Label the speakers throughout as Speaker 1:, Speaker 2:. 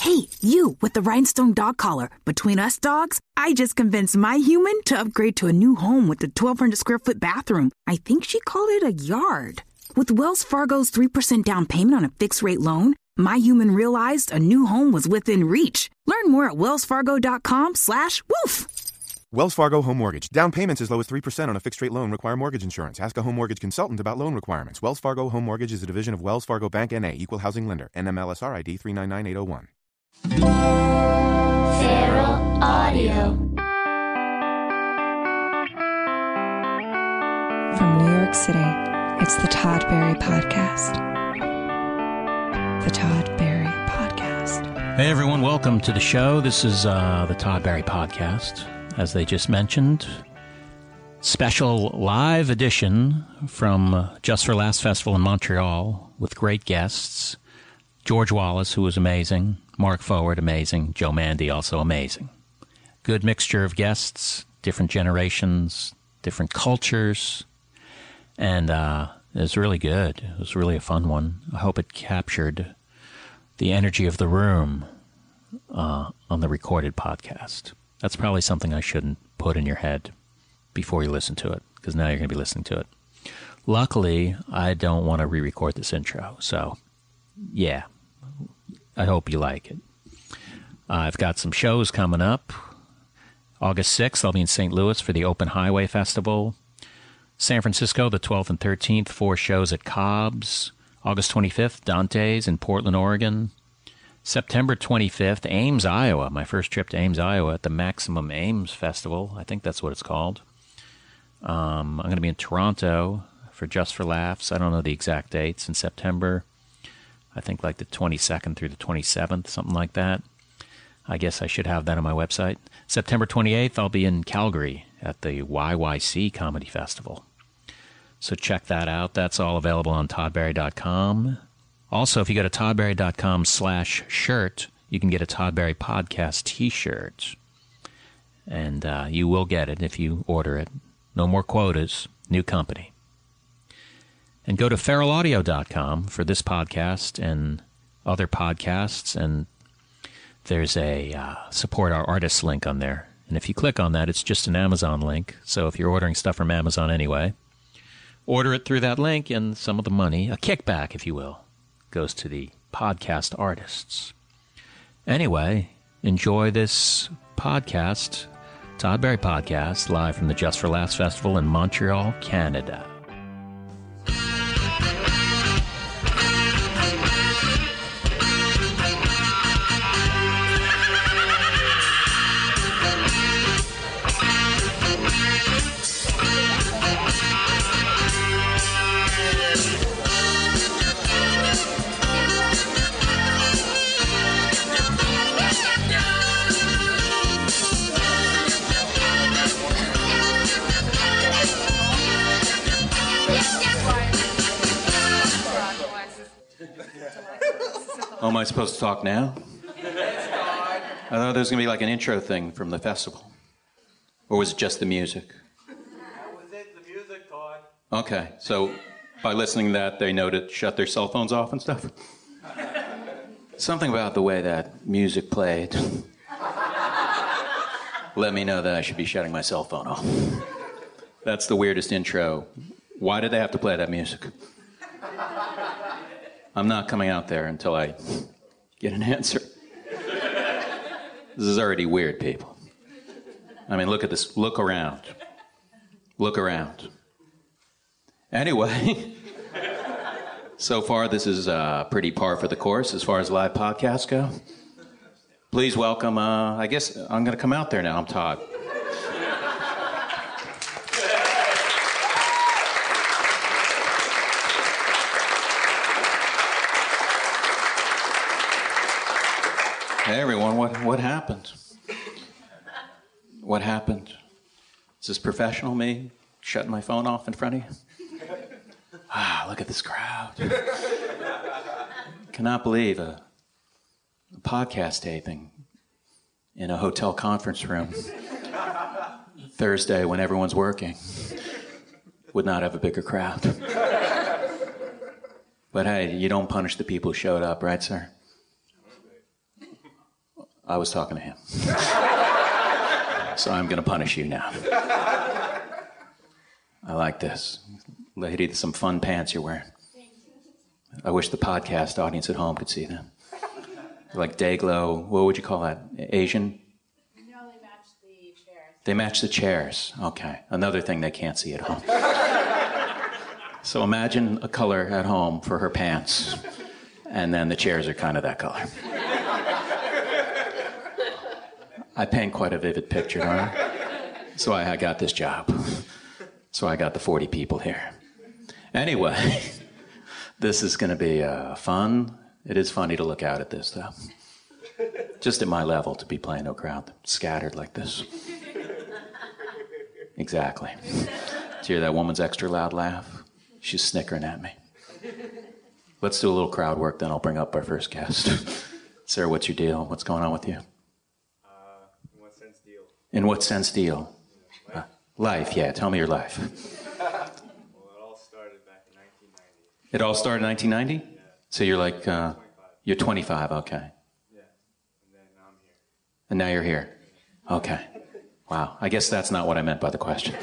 Speaker 1: Hey, you with the rhinestone dog collar. Between us dogs, I just convinced my human to upgrade to a new home with a 1,200 square foot bathroom. I think she called it a yard. With Wells Fargo's 3% down payment on a fixed rate loan, my human realized a new home was within reach. Learn more at wellsfargo.com slash woof.
Speaker 2: Wells Fargo Home Mortgage. Down payments as low as 3% on a fixed rate loan require mortgage insurance. Ask a home mortgage consultant about loan requirements. Wells Fargo Home Mortgage is a division of Wells Fargo Bank NA, equal housing lender. NMLSR ID 399801.
Speaker 3: Feral Audio.
Speaker 4: From New York City, it's the Todd Berry Podcast. The Todd Berry Podcast.
Speaker 5: Hey everyone, welcome to the show. This is uh, the Todd Barry Podcast. As they just mentioned, special live edition from uh, Just for Last Festival in Montreal with great guests George Wallace, who was amazing, Mark Forward, amazing, Joe Mandy, also amazing. Good mixture of guests, different generations, different cultures, and uh, it was really good. It was really a fun one. I hope it captured the energy of the room uh, on the recorded podcast. That's probably something I shouldn't put in your head before you listen to it, because now you're going to be listening to it. Luckily, I don't want to re record this intro. So, yeah, I hope you like it. I've got some shows coming up. August 6th, I'll be in St. Louis for the Open Highway Festival. San Francisco, the 12th and 13th, four shows at Cobb's. August 25th, Dante's in Portland, Oregon. September 25th, Ames, Iowa. My first trip to Ames, Iowa at the Maximum Ames Festival. I think that's what it's called. Um, I'm going to be in Toronto for Just for Laughs. I don't know the exact dates in September. I think like the 22nd through the 27th, something like that. I guess I should have that on my website. September 28th, I'll be in Calgary at the YYC Comedy Festival. So check that out. That's all available on toddberry.com. Also, if you go to toddberry.com slash shirt, you can get a Todd Berry Podcast t-shirt. And uh, you will get it if you order it. No more quotas. New company and go to feralaudio.com for this podcast and other podcasts and there's a uh, support our artists link on there and if you click on that it's just an amazon link so if you're ordering stuff from amazon anyway order it through that link and some of the money a kickback if you will goes to the podcast artists anyway enjoy this podcast todd berry podcast live from the just for last festival in montreal canada Oh, am I supposed to talk now? I thought there was going to be like an intro thing from the festival. Or was it just the music?
Speaker 6: was it, the music, Todd.
Speaker 5: Okay, so by listening to that, they know to shut their cell phones off and stuff? Something about the way that music played let me know that I should be shutting my cell phone off. That's the weirdest intro. Why did they have to play that music? I'm not coming out there until I get an answer. This is already weird, people. I mean, look at this. Look around. Look around. Anyway, so far this is uh, pretty par for the course as far as live podcasts go. Please welcome. Uh, I guess I'm going to come out there now. I'm Todd. Hey everyone, what what happened? What happened? Is this professional me shutting my phone off in front of you? Ah, look at this crowd. Cannot believe a, a podcast taping in a hotel conference room Thursday when everyone's working would not have a bigger crowd. But hey, you don't punish the people who showed up, right, sir?
Speaker 7: I was talking to him. so I'm going to punish you now. I like this. Lady, there's some fun pants you're wearing. I wish the podcast audience at home could see them. Like day glow, what would you call that? Asian?
Speaker 8: No, they match the chairs.
Speaker 7: They match the chairs. Okay. Another thing they can't see at home. so imagine a color at home for her pants, and then the chairs are kind of that color. I paint quite a vivid picture, don't I? So I, I got this job. So I got the 40 people here. Anyway, this is going to be uh, fun. It is funny to look out at this, though. Just at my level to be playing no crowd, scattered like this. Exactly. Did you hear that woman's extra loud laugh? She's snickering at me. Let's do a little crowd work, then I'll bring up our first guest. Sarah, what's your deal? What's going on with you?
Speaker 6: In what sense deal?
Speaker 7: In what sense deal? Uh, life, yeah. Tell me your life.
Speaker 6: Well, it all started back in 1990.
Speaker 7: It all started in 1990? So you're like, uh, you're 25, okay.
Speaker 6: And then I'm here.
Speaker 7: And now you're here. Okay. Wow. I guess that's not what I meant by the question.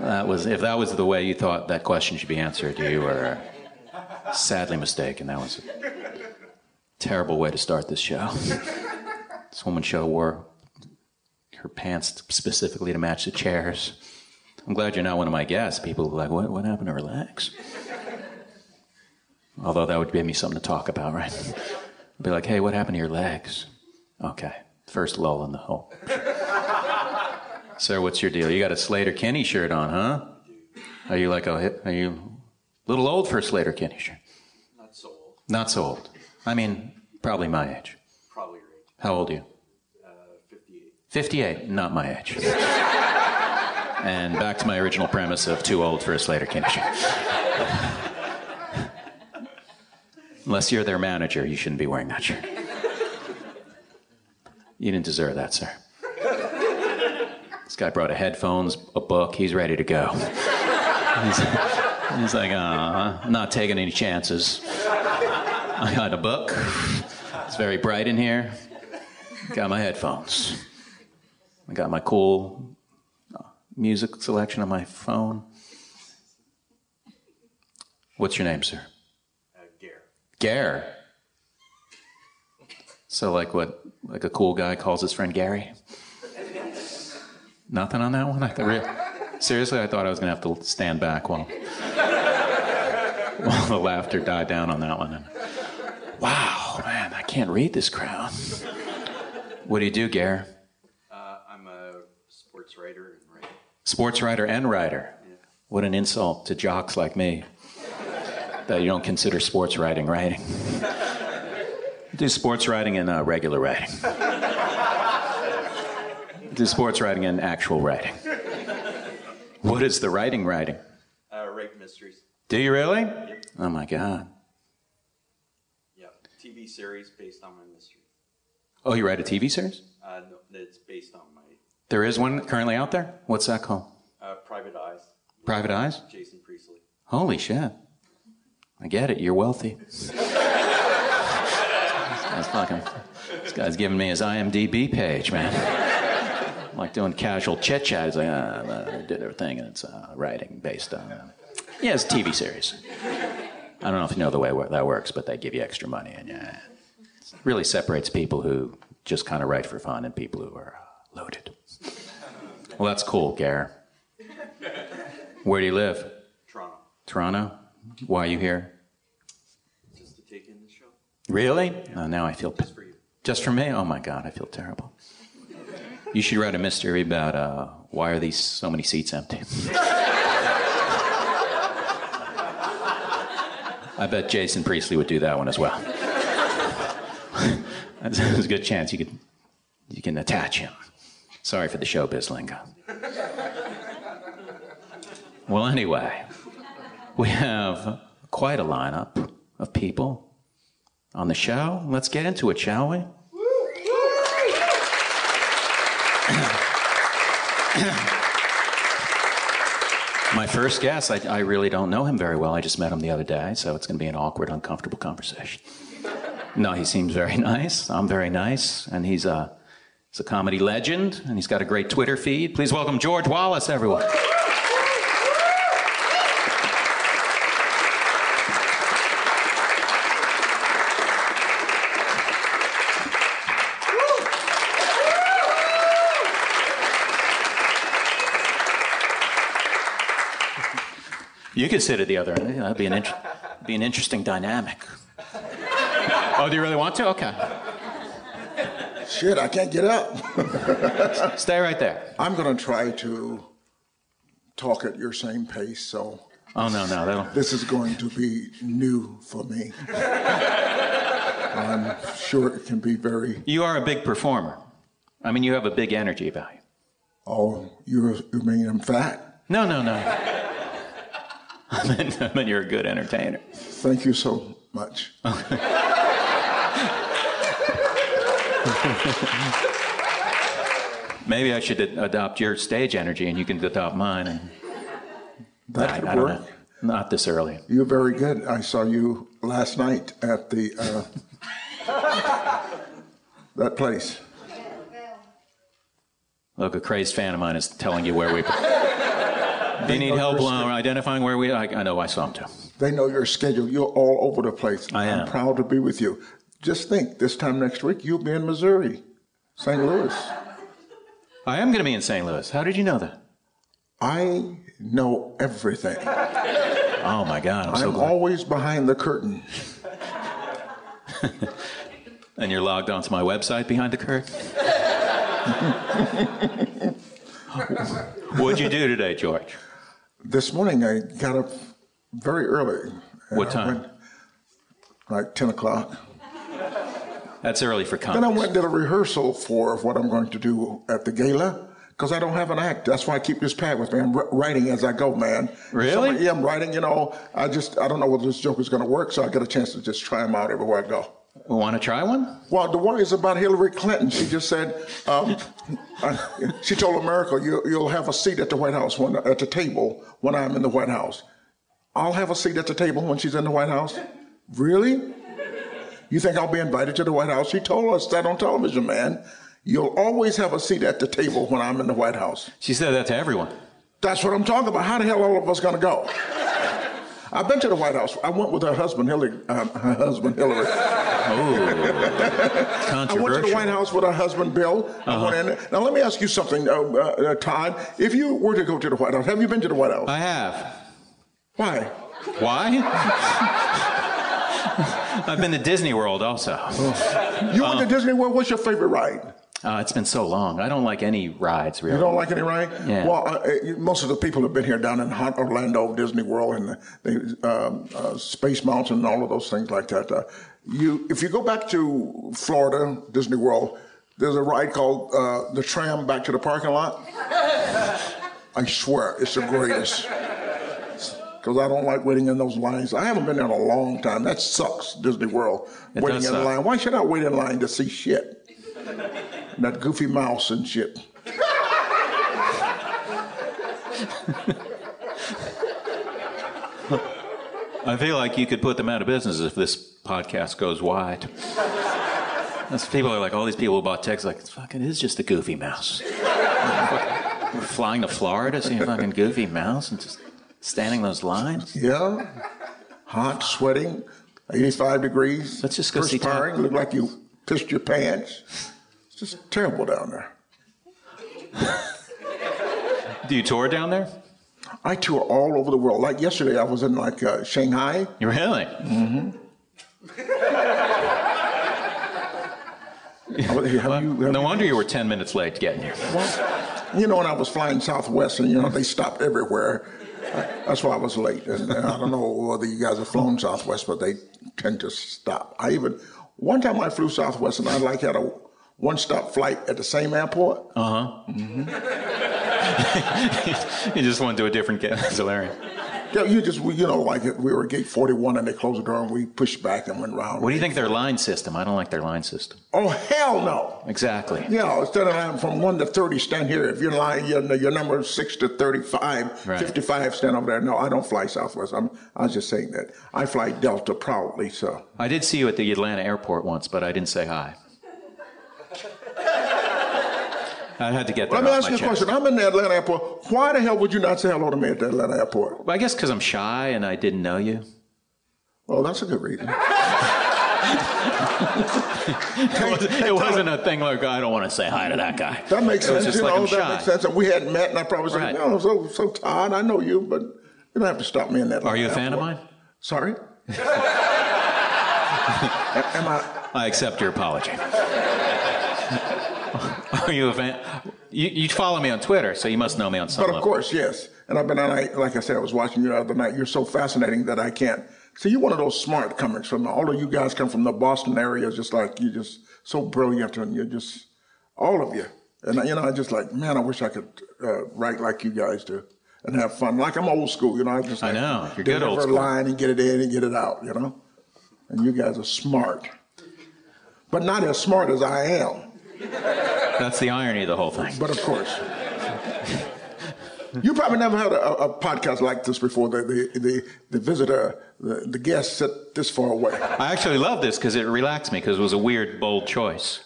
Speaker 7: that was if that was the way you thought that question should be answered, you were sadly mistaken. That was a terrible way to start this show. This woman show wore her pants specifically to match the chairs. I'm glad you're not one of my guests. People were like, what, what happened to relax? Although that would give me something to talk about, right? I'd be like, hey, what happened to your legs? Okay. First lull in the whole. Sir, what's your deal? You got a Slater Kenny shirt on, huh? Are you like a hip? Are you a little old for a Slater Kenny shirt?
Speaker 6: Not so old.
Speaker 7: Not so old. I mean, probably my age.
Speaker 6: Probably your age.
Speaker 7: How old are you?
Speaker 6: Uh, 58.
Speaker 7: 58, not my age. and back to my original premise of too old for a Slater Kenny shirt. Unless you're their manager, you shouldn't be wearing that shirt. You didn't deserve that, sir. This guy brought a headphones, a book. He's ready to go. He's, he's like, uh, I'm not taking any chances. I got a book. It's very bright in here. Got my headphones. I got my cool uh, music selection on my phone. What's your name, sir?
Speaker 6: Uh, Gare.
Speaker 7: Gare. So like what like a cool guy calls his friend Gary. Nothing on that one. I thought real. Seriously, I thought I was gonna have to stand back while while the laughter died down on that one. And, wow, man, I can't read this crowd. What do you do, Gare?
Speaker 6: Uh, I'm a sports writer and writer.
Speaker 7: Sports writer and writer. What an insult to jocks like me that you don't consider sports writing writing. Do sports writing and uh, regular writing. Do sports writing and actual writing. What is the writing writing?
Speaker 6: Uh, rape mysteries.
Speaker 7: Do you really? Oh my God.
Speaker 6: Yeah. TV series based on my mystery.
Speaker 7: Oh, you write a TV series?
Speaker 6: Uh, no, that's based on my
Speaker 7: There is one currently out there? What's that called?
Speaker 6: uh, private eyes.
Speaker 7: Private Eyes?
Speaker 6: Jason Priestley.
Speaker 7: Holy shit. I get it. You're wealthy. this guy's fucking. This guy's giving me his IMDb page, man. I'm like doing casual chit chat. He's like, uh, uh, I did a thing, and it's uh, writing based on. Uh, yeah, it's a TV series. I don't know if you know the way wor- that works, but they give you extra money, and yeah, it really separates people who just kind of write for fun and people who are uh, loaded. Well, that's cool, Gare. Where do you live?
Speaker 6: Toronto.
Speaker 7: Toronto, why are you here?
Speaker 6: Just to take in the show.
Speaker 7: Really? Oh, now I feel just
Speaker 6: for you.
Speaker 7: Just for me? Oh my God, I feel terrible. You should write a mystery about uh, why are these so many seats empty. I bet Jason Priestley would do that one as well. There's a good chance you could you can attach him. Sorry for the showbiz lingo. Well, anyway, we have quite a lineup of people on the show. Let's get into it, shall we? My first guest, I, I really don't know him very well. I just met him the other day, so it's going to be an awkward, uncomfortable conversation. No, he seems very nice. I'm very nice, and he's a he's a comedy legend, and he's got a great Twitter feed. Please welcome George Wallace, everyone. You could sit at the other end. That'd be an, inter- be an interesting dynamic. Oh, do you really want to? Okay.
Speaker 9: Shit, I can't get up.
Speaker 7: Stay right there.
Speaker 9: I'm going to try to talk at your same pace, so um,
Speaker 7: Oh, no, no. That'll...
Speaker 9: this is going to be new for me. I'm sure it can be very.
Speaker 7: You are a big performer. I mean, you have a big energy about you.
Speaker 9: Oh, you, you mean I'm fat?
Speaker 7: No, no, no. I meant, I meant you're a good entertainer.
Speaker 9: Thank you so much.
Speaker 7: Uh, Maybe I should ad- adopt your stage energy and you can adopt mine. And...
Speaker 9: That
Speaker 7: I,
Speaker 9: could
Speaker 7: I don't
Speaker 9: work.
Speaker 7: know. Not this early.
Speaker 9: You're very good. I saw you last night at the uh, that place.
Speaker 7: Look, a crazed fan of mine is telling you where we. Do you need help Lon, identifying where we? I, I know I saw him too.
Speaker 9: They know your schedule. You're all over the place.
Speaker 7: I am.
Speaker 9: I'm proud to be with you. Just think, this time next week you'll be in Missouri, St. Louis.
Speaker 7: I am going to be in St. Louis. How did you know that?
Speaker 9: I know everything.
Speaker 7: Oh my God, I'm so
Speaker 9: I'm
Speaker 7: glad.
Speaker 9: always behind the curtain.
Speaker 7: And you're logged onto my website behind the curtain. What'd you do today, George?
Speaker 9: This morning I got up very early. And
Speaker 7: What
Speaker 9: I
Speaker 7: time?
Speaker 9: went, like 10 o'clock.
Speaker 7: That's early for
Speaker 9: Then I
Speaker 7: comedy.
Speaker 9: went and did a rehearsal for what I'm going to do at the gala because I don't have an act. That's why I keep this pad with me. I'm wr- writing as I go, man.
Speaker 7: Really?
Speaker 9: Somebody- yeah, I'm writing. You know, I just I don't know whether this joke is going to work, so I get a chance to just try them out everywhere I go.
Speaker 7: Want to try one?
Speaker 9: Well, the worry is about Hillary Clinton. She just said, um, uh, she told America, you, you'll have a seat at the White House, when, at the table when I'm in the White House. I'll have a seat at the table when she's in the White House? Really? You think I'll be invited to the White House? She told us that on television, man. You'll always have a seat at the table when I'm in the White House.
Speaker 7: She said that to everyone.
Speaker 9: That's what I'm talking about. How the hell all of us gonna go? I've been to the White House. I went with her husband, Hillary. Um, her husband, Hillary. I went to the White
Speaker 7: Controversial.
Speaker 9: House with her husband, Bill. I went in there. Now, let me ask you something, uh, uh, Todd. If you were to go to the White House, have you been to the White House?
Speaker 7: I have.
Speaker 9: Why?
Speaker 7: Why? I've been to Disney World also.
Speaker 9: You went to Disney World. What's your favorite ride?
Speaker 7: Uh, it's been so long. I don't like any rides really.
Speaker 9: You don't like any ride?
Speaker 7: Yeah.
Speaker 9: Well, uh, uh, you- most of the people have been here down in hot Orlando, Disney World, and the, the um, uh, Space Mountain, and all of those things like that. Uh, you, if you go back to Florida, Disney World, there's a ride called uh, the tram back to the parking lot. I swear, it's the greatest. Because I don't like waiting in those lines. I haven't been there in a long time. That sucks, Disney World.
Speaker 7: It
Speaker 9: waiting
Speaker 7: does
Speaker 9: in
Speaker 7: suck.
Speaker 9: line. Why should I wait in line to see shit? that goofy mouse and shit.
Speaker 7: I feel like you could put them out of business if this podcast goes wide. That's people are like all these people who bought tickets like fuck it is just a goofy mouse. We're flying to Florida seeing a fucking goofy mouse and just standing those lines.
Speaker 9: Yeah. Hot, sweating, 85 degrees.
Speaker 7: Let's just go see Tom.
Speaker 9: Perspiring, look like you pissed your pants. It's just terrible down there.
Speaker 7: Do you tour down there?
Speaker 9: I tour all over the world. Like yesterday, I was in like uh, Shanghai.
Speaker 7: Really?
Speaker 9: I was- have you- have
Speaker 7: No
Speaker 9: you-
Speaker 7: wonder you were ten minutes late getting here.
Speaker 9: You know, and I was flying Southwest, and you know they stopped everywhere. That's why I was late. And uh, I don't know whether you guys have flown Southwest, but they tend to stop. I even one time I flew Southwest, and I like had a one-stop flight at the same airport.
Speaker 7: You just went to a different guest. That's hilarious.
Speaker 9: Yeah, you just, we- you know, like we were at gate 41 and they closed the door and we pushed back and went round.
Speaker 7: What do you think their line system? I don't like their line system.
Speaker 9: Oh, hell no.
Speaker 7: Exactly.
Speaker 9: You know, instead of lying from 1 to 30, stand here. If you're lying, your, your number is 6 to 35,
Speaker 7: Right.
Speaker 9: 55, stand over there. No, I don't fly Southwest. I'm, I was just saying that. I fly Delta proudly, so.
Speaker 7: I did see you at the Atlanta airport once, but I didn't say hi. I had to get that
Speaker 9: Let me
Speaker 7: off
Speaker 9: ask
Speaker 7: my
Speaker 9: you a
Speaker 7: chest.
Speaker 9: question. I'm in the Atlanta airport. Why the hell would you not say hello to me at the Atlanta airport?
Speaker 7: Well, I guess because I'm shy and I didn't know you.
Speaker 9: Well, Oh, that's a good reason.
Speaker 7: It wasn't, it wasn't a thing like I don't want to say hi to that guy.
Speaker 9: That makes
Speaker 7: It was
Speaker 9: sense.
Speaker 7: just
Speaker 9: you
Speaker 7: like
Speaker 9: know,
Speaker 7: I'm
Speaker 9: that
Speaker 7: shy.
Speaker 9: makes sense. And we hadn't met, and I probably said,
Speaker 7: Right.
Speaker 9: "No, I'm so so Todd, I know you, but you don't have to stop me in that."
Speaker 7: Are you a
Speaker 9: line."
Speaker 7: fan of mine?
Speaker 9: Sorry. A- Am I?
Speaker 7: I accept your apology. Are you a fan? You, you follow me on Twitter, so you must know me on some
Speaker 9: But of
Speaker 7: level.
Speaker 9: course, yes. And I've been on. I- Like I said, I was watching you the other night. You're so fascinating that I can't. See, you're one of those smart comics from all of you guys come from the Boston area. Just like you're just so brilliant, and you're just all of you. And you know, I just like, man, I wish I could uh, write like you guys do and have fun. Like I'm old school, you know. I just
Speaker 7: I
Speaker 9: like,
Speaker 7: know. You're good old
Speaker 9: deliver a
Speaker 7: school.
Speaker 9: line and get it in and get it out, you know. And you guys are smart, but not as smart as I am.
Speaker 7: That's the irony of the whole thing.
Speaker 9: But of course. You probably never had a, a podcast like this before. The the the, the visitor, the, the guest, sit this far away.
Speaker 7: I actually love this because it relaxed me because it was a weird, bold choice.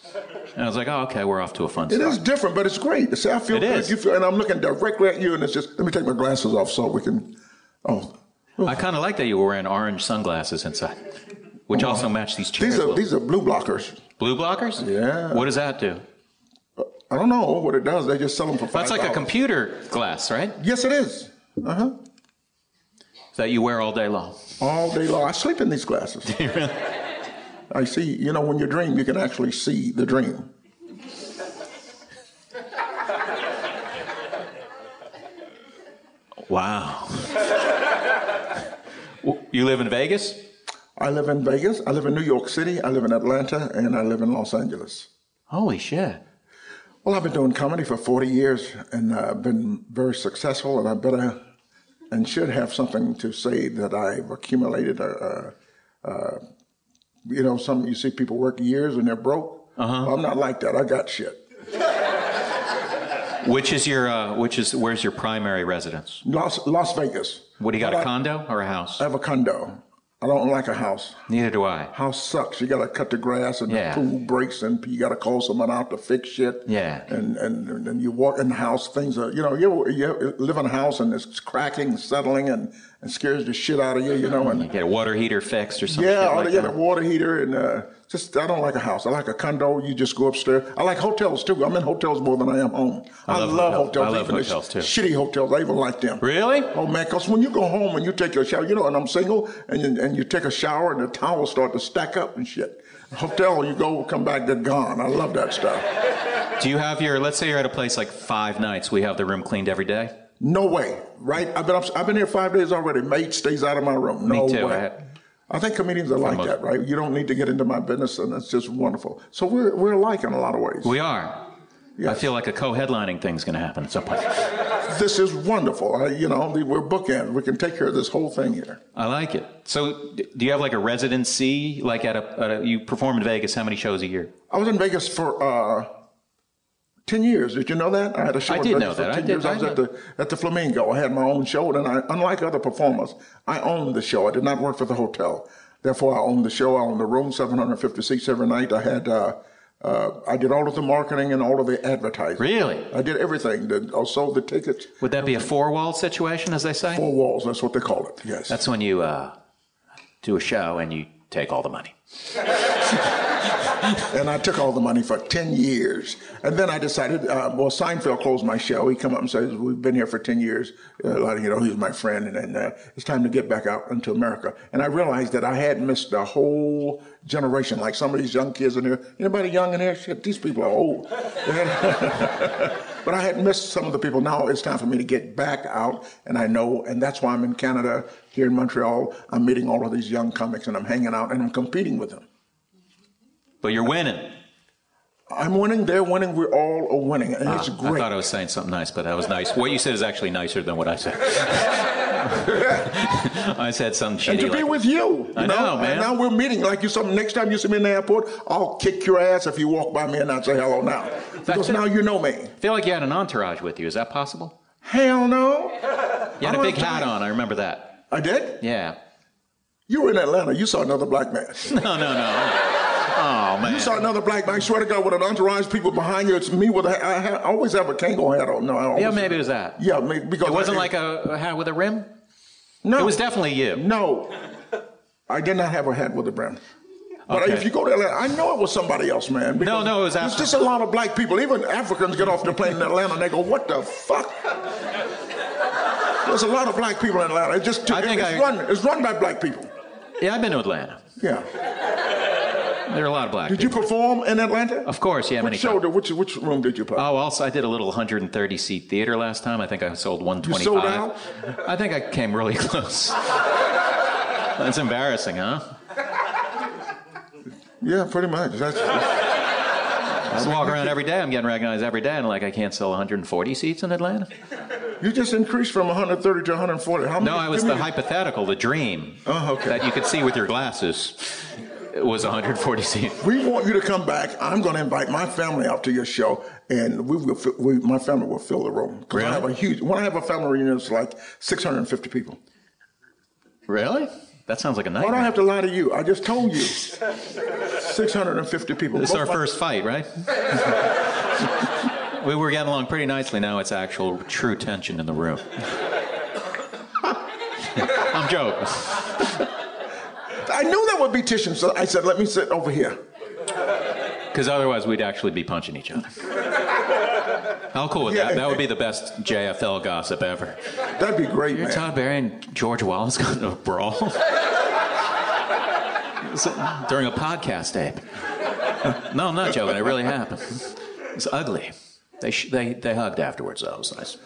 Speaker 7: And I was like, oh, okay, we're off to a fun
Speaker 9: It
Speaker 7: start.
Speaker 9: is different, but it's great. See, I feel
Speaker 7: It
Speaker 9: good.
Speaker 7: is.
Speaker 9: You feel, and I'm looking directly at you, and it's just. Let me take my glasses off so we can. Oh,
Speaker 7: I kind of like that you were wearing orange sunglasses inside, which also match these chairs.
Speaker 9: these are
Speaker 7: well.
Speaker 9: these are blue blockers.
Speaker 7: blue blockers?
Speaker 9: Yeah.
Speaker 7: What does that do?
Speaker 9: I don't know what it does. They just sell them for five.
Speaker 7: That's like a computer glass, right?
Speaker 9: Yes, it is. Uh huh.
Speaker 7: That you wear all day long.
Speaker 9: All day long. I sleep in these glasses. I see. You know, when you dream, you can actually see the dream.
Speaker 7: Wow. W- you live in Vegas?
Speaker 9: I live in Vegas. I live in New York City. I live in Atlanta, and I live in Los Angeles.
Speaker 7: Holy shit.
Speaker 9: Well, I've been doing comedy for 40 years and I've been very successful, and I better and should have something to say that I've accumulated. Uh, uh, uh, you know, some you see people work years and they're broke. Uh-huh. I'm not like that. I got shit.
Speaker 7: Which is your, uh, which is, where's your primary residence?
Speaker 9: Las, Las Vegas.
Speaker 7: What do you got,
Speaker 9: But
Speaker 7: a
Speaker 9: I-
Speaker 7: condo or a house?
Speaker 9: I have a condo. I don't like a house.
Speaker 7: Neither do I.
Speaker 9: House sucks. You got to cut the grass and
Speaker 7: Yeah.
Speaker 9: the pool breaks, and you got to call someone out to fix shit.
Speaker 7: Yeah.
Speaker 9: And and and then you walk in the house. Things are you know you you live in a house and it's cracking, and settling, and, and scares the shit out of you. You know and
Speaker 7: Get a water heater fixed or something.
Speaker 9: yeah, all
Speaker 7: like
Speaker 9: the, yeah,
Speaker 7: that.
Speaker 9: the water heater and uh, just I don't like a house. I like a condo. You just go upstairs. I like hotels too. I'm in hotels more than I am home.
Speaker 7: I love hotels. I love
Speaker 9: even the sh-
Speaker 7: hotels, too.
Speaker 9: Shitty hotels. I even like them.
Speaker 7: Really?
Speaker 9: Oh man, because when you go home and you take your shower, you know, and I'm single, and you, and you take a shower and the towels start to stack up and shit. Hotel, you go come back, they're gone. I love that stuff.
Speaker 7: Do you have your, let's say you're at a place like five nights, we have the room cleaned every day?
Speaker 9: No way, right? I've been up, I've been here five days already. Maid stays out of my room. No
Speaker 7: Me too.
Speaker 9: way.
Speaker 7: I-
Speaker 9: I think comedians are like
Speaker 7: most-
Speaker 9: that, right? You don't need to get into my business, and it's just wonderful. So we're we're alike in a lot of ways.
Speaker 7: We are. I
Speaker 9: Yes.
Speaker 7: feel like a co-headlining thing's going to happen at some point.
Speaker 9: this is wonderful. I, you know, we're bookends. We can take care of this whole thing here.
Speaker 7: I like it. So, d- do you have like a residency? Like at a, at a you perform in Vegas? How many shows a year?
Speaker 9: I was in Vegas for uh, ten years. Did you know that? I had a show.
Speaker 7: I
Speaker 9: in
Speaker 7: did
Speaker 9: Vegas
Speaker 7: know
Speaker 9: for
Speaker 7: that. I
Speaker 9: 10
Speaker 7: did-
Speaker 9: years. I
Speaker 7: I
Speaker 9: was at
Speaker 7: know.
Speaker 9: the at the Flamingo. I had my own show, and I, unlike other performers, I owned the show. I did not work for the hotel. Therefore, I owned the show. I owned the room, seven hundred fifty seats every night. I had. Uh, uh, I did all of the marketing and all of the advertising.
Speaker 7: Really?
Speaker 9: I did everything. The- I sold the tickets.
Speaker 7: Would that be a four-wall situation, as they say?
Speaker 9: Four walls. That's what they call it. Yes.
Speaker 7: That's when you uh, do a show and you take all the money.
Speaker 9: and I took all the money for 10 years. And then I decided, uh, well, Seinfeld closed my show. He come up and says, we've been here for 10 years. Uh, like, you know, he's my friend, and, and uh, it's time to get back out into America. And I realized that I had missed a whole generation, like some of these young kids in here. Anybody young in here? Shit, these people are old. but I had missed some of the people. Now it's time for me to get back out, and I know, and that's why I'm in Canada, here in Montreal. I'm meeting all of these young comics, and I'm hanging out, and I'm competing with them.
Speaker 7: But you're winning.
Speaker 9: I'm winning, they're winning, we all are winning, and it's
Speaker 7: Ah, I
Speaker 9: great.
Speaker 7: thought I was saying something nice, but that was nice. What you said is actually nicer than what I said. I said something shitty.
Speaker 9: And to be
Speaker 7: like-
Speaker 9: with you. you
Speaker 7: I know, man.
Speaker 9: And now we're meeting like you something. Next time you see me in the airport, I'll kick your ass if you walk by me and not say hello now. Because now you know me.
Speaker 7: I feel like you had an entourage with you. Is that possible?
Speaker 9: Hell no.
Speaker 7: You had
Speaker 9: I'm
Speaker 7: a big
Speaker 9: not
Speaker 7: hat
Speaker 9: dying.
Speaker 7: on. I remember that.
Speaker 9: I did?
Speaker 7: Yeah.
Speaker 9: You were in Atlanta. You saw another black man.
Speaker 7: No, no, no. Oh man.
Speaker 9: You saw another black man. I swear to God, with an entourage, people behind you. It's me with a hat. I, ha- I always have a Kango hat on. No, I always,
Speaker 7: Yeah, maybe it was that.
Speaker 9: Yeah, maybe because
Speaker 7: It wasn't
Speaker 9: I-
Speaker 7: like a, a hat with a rim.
Speaker 9: No,
Speaker 7: It was definitely you.
Speaker 9: No, I did not have a hat with a brim. But
Speaker 7: Okay.
Speaker 9: if you go to Atlanta, I know it was somebody else, man. because
Speaker 7: no, it was
Speaker 9: There's
Speaker 7: Africa.
Speaker 9: just a lot of black people. Even Africans get off the plane in Atlanta and they go, "What the fuck." There's a lot of black people in Atlanta. It's just
Speaker 7: I think
Speaker 9: it's
Speaker 7: I-
Speaker 9: run. It's run by black people.
Speaker 7: Yeah, I've been to Atlanta.
Speaker 9: Yeah.
Speaker 7: There are a lot of black
Speaker 9: Did you
Speaker 7: people.
Speaker 9: perform in Atlanta?
Speaker 7: Of course, yeah,
Speaker 9: Which
Speaker 7: many
Speaker 9: show?
Speaker 7: times.
Speaker 9: did- Which which room did you play?
Speaker 7: Oh, also, I did a little 130 seat theater last time. I think I sold 125.
Speaker 9: sold
Speaker 7: I think I came really close. That's embarrassing, huh?
Speaker 9: yeah, pretty much. That's,
Speaker 7: I walk around every day. I'm getting recognized every day, and like I can't sell 140 seats in Atlanta.
Speaker 9: you just increased from 130 to 140. How
Speaker 7: No,
Speaker 9: many-
Speaker 7: I was
Speaker 9: give
Speaker 7: the
Speaker 9: me-
Speaker 7: hypothetical, the dream
Speaker 9: Oh, okay.
Speaker 7: that you could see with your glasses. It was 140 seats.
Speaker 9: We want you to come back. I'm going to invite my family out to your show, and we will. Fill, we, my family will fill the room 'Cause I
Speaker 7: Really?
Speaker 9: have a huge. When I have a family reunion, it's like 650 people.
Speaker 7: Really? That sounds like a
Speaker 9: Why do I
Speaker 7: nightmare.
Speaker 9: have to lie to you? I just told you, 650 people.
Speaker 7: This is
Speaker 9: Both
Speaker 7: our
Speaker 9: my-
Speaker 7: first fight, right? we were getting along pretty nicely. Now it's actual true tension in the room. I'm joking.
Speaker 9: I knew that would be Titian, so I said, "Let me sit over here."
Speaker 7: Because otherwise, we'd actually be punching each other. How cool would that? That would be the best JFL gossip ever.
Speaker 9: That'd be great,
Speaker 7: You're
Speaker 9: man.
Speaker 7: Todd Barry and George Wallace got in a brawl So- during a podcast tape. No, I'm not joking. It really happened. It's ugly. They sh- they they hugged afterwards. That was nice.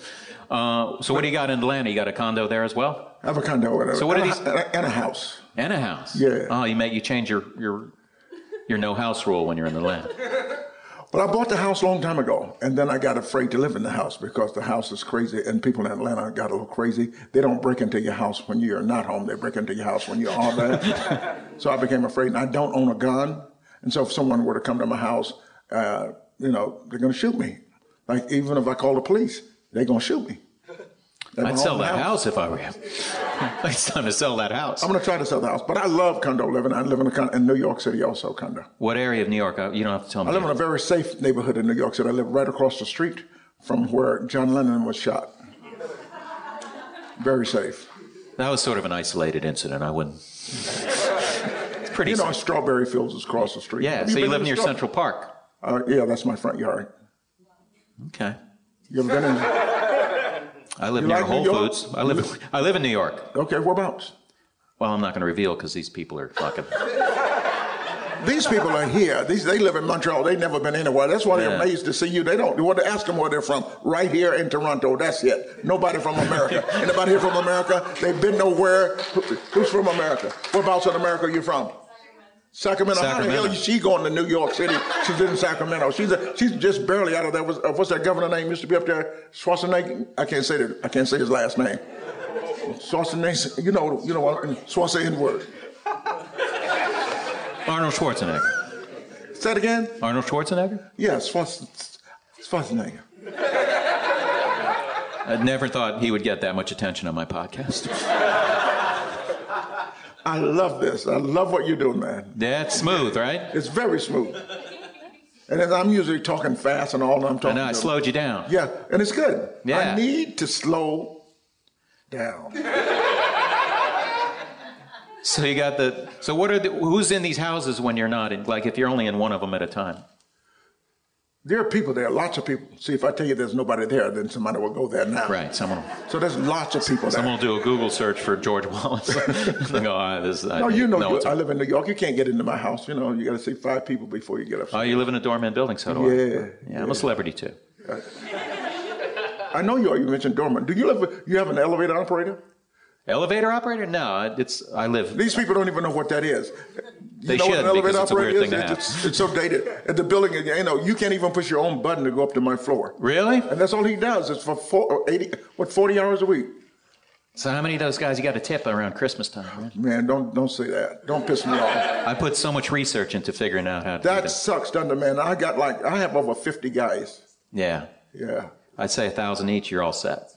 Speaker 7: Uh, so what do you got in Atlanta? You got a condo there as well,
Speaker 9: I have a condo. or Whatever.
Speaker 7: So what are
Speaker 9: and,
Speaker 7: these-
Speaker 9: a, and a- and a house.
Speaker 7: and a house.
Speaker 9: Yeah.
Speaker 7: Oh, you make you change your your your no house rule when you're in Atlanta.
Speaker 9: But I bought the house a long time ago, and then I got afraid to live in the house because the house is crazy, and people in Atlanta got a little crazy. They don't break into your house when you're not home; they break into your house when you are there. so I became afraid, and I don't own a gun, and so if someone were to come to my house, uh, you know, they're going to shoot me. Like even if I call the police, they're going to shoot me. At my
Speaker 7: I'd sell
Speaker 9: own
Speaker 7: that house. if I were you. it's time to sell that house.
Speaker 9: I'm going to try to sell the house, but I love condo living. I live in a condo in New York City, also condo.
Speaker 7: What area of New York? Uh, You don't have to tell me.
Speaker 9: I live in a very safe neighborhood in New York City. I live right across the street from where John Lennon was shot. Very safe.
Speaker 7: that was sort of an isolated incident. I wouldn't. it's pretty.
Speaker 9: You know,
Speaker 7: safe.
Speaker 9: Strawberry Fields is across the street.
Speaker 7: yeah.
Speaker 9: Have
Speaker 7: So you
Speaker 9: been
Speaker 7: live
Speaker 9: to
Speaker 7: near
Speaker 9: Straw-
Speaker 7: Central Park.
Speaker 9: Uh, yeah, that's my front yard.
Speaker 7: Okay.
Speaker 9: You ever been in?
Speaker 7: I live
Speaker 9: You
Speaker 7: near
Speaker 9: like
Speaker 7: Whole
Speaker 9: New York?
Speaker 7: Foods. I live. I live in New York.
Speaker 9: Okay, whereabouts?
Speaker 7: Well, I'm not going to reveal because these people are fucking.
Speaker 9: These people are here. These they live in Montreal. They've never been anywhere. That's why they're
Speaker 7: Yeah.
Speaker 9: amazed to see you. They don't. You want to ask them where they're from. Right here in Toronto. That's it. Nobody from America. Anybody here from America? They've been nowhere. Who- Who's from America? Whereabouts in America are you from? Sacramento. How the
Speaker 7: Sacramento.
Speaker 9: hell is she going to New York City? She's in Sacramento. She's a, she's just barely out of there. Was, uh, what's that governor name used to be up there? Schwarzenegger. I can't say that. I can't say his last name. Schwarzenegger. You know. You know what? Schwarzenegger. word.
Speaker 7: Arnold Schwarzenegger.
Speaker 9: Say it again.
Speaker 7: Arnold Schwarzenegger.
Speaker 9: Yeah, Schwarz- Schwarzenegger.
Speaker 7: I never thought he would get that much attention on my podcast.
Speaker 9: I love this. I love what you do, man.
Speaker 7: That's smooth, right?
Speaker 9: It's very smooth. And then I'm usually talking fast and all, and I'm
Speaker 7: I
Speaker 9: talking.
Speaker 7: know I
Speaker 9: to-
Speaker 7: slowed you down.
Speaker 9: Yeah, and it's good.
Speaker 7: Yeah.
Speaker 9: I need to slow down.
Speaker 7: So you got the. So what are the? Who's in these houses when you're not in? Like if you're only in one of them at a time.
Speaker 9: There are people there, lots of people. See, if I tell you there's nobody there, then somebody will go there now.
Speaker 7: Right. Someone. will-
Speaker 9: So there's lots of people there.
Speaker 7: Someone will do a Google search for George Wallace. They go, "Ah, this- I-
Speaker 9: no, you know,
Speaker 7: no,
Speaker 9: you-
Speaker 7: it's a-
Speaker 9: I live in New York. You can't get into my house. You know, you got to see five people before you get up.
Speaker 7: Oh, you live in a doorman building, so do I.
Speaker 9: Yeah,
Speaker 7: Yeah, I'm a celebrity too.
Speaker 9: I know you. You mentioned Dorman. Do you live? You have an elevator operator?
Speaker 7: Elevator operator? No, I- it's I live.
Speaker 9: These people don't even know what that is. You
Speaker 7: They
Speaker 9: know what
Speaker 7: should,
Speaker 9: an elevator
Speaker 7: because it's a weird
Speaker 9: operator
Speaker 7: thing to
Speaker 9: is?
Speaker 7: have.
Speaker 9: It's, it's so dated. At the building, you know, you can't even push your own button to go up to my floor.
Speaker 7: Really?
Speaker 9: And that's all he does. It's for four, or 80, what, 40 hours a week.
Speaker 7: So how many of those guys you got to tip around Christmas time? Right?
Speaker 9: Man, don't don't say that. Don't piss me off.
Speaker 7: I put so much research into figuring out how to
Speaker 9: That
Speaker 7: do that.
Speaker 9: sucks, doesn't it, man? I got like I have over fifty guys.
Speaker 7: Yeah,
Speaker 9: Yeah.
Speaker 7: I'd say a thousand each. You're all set.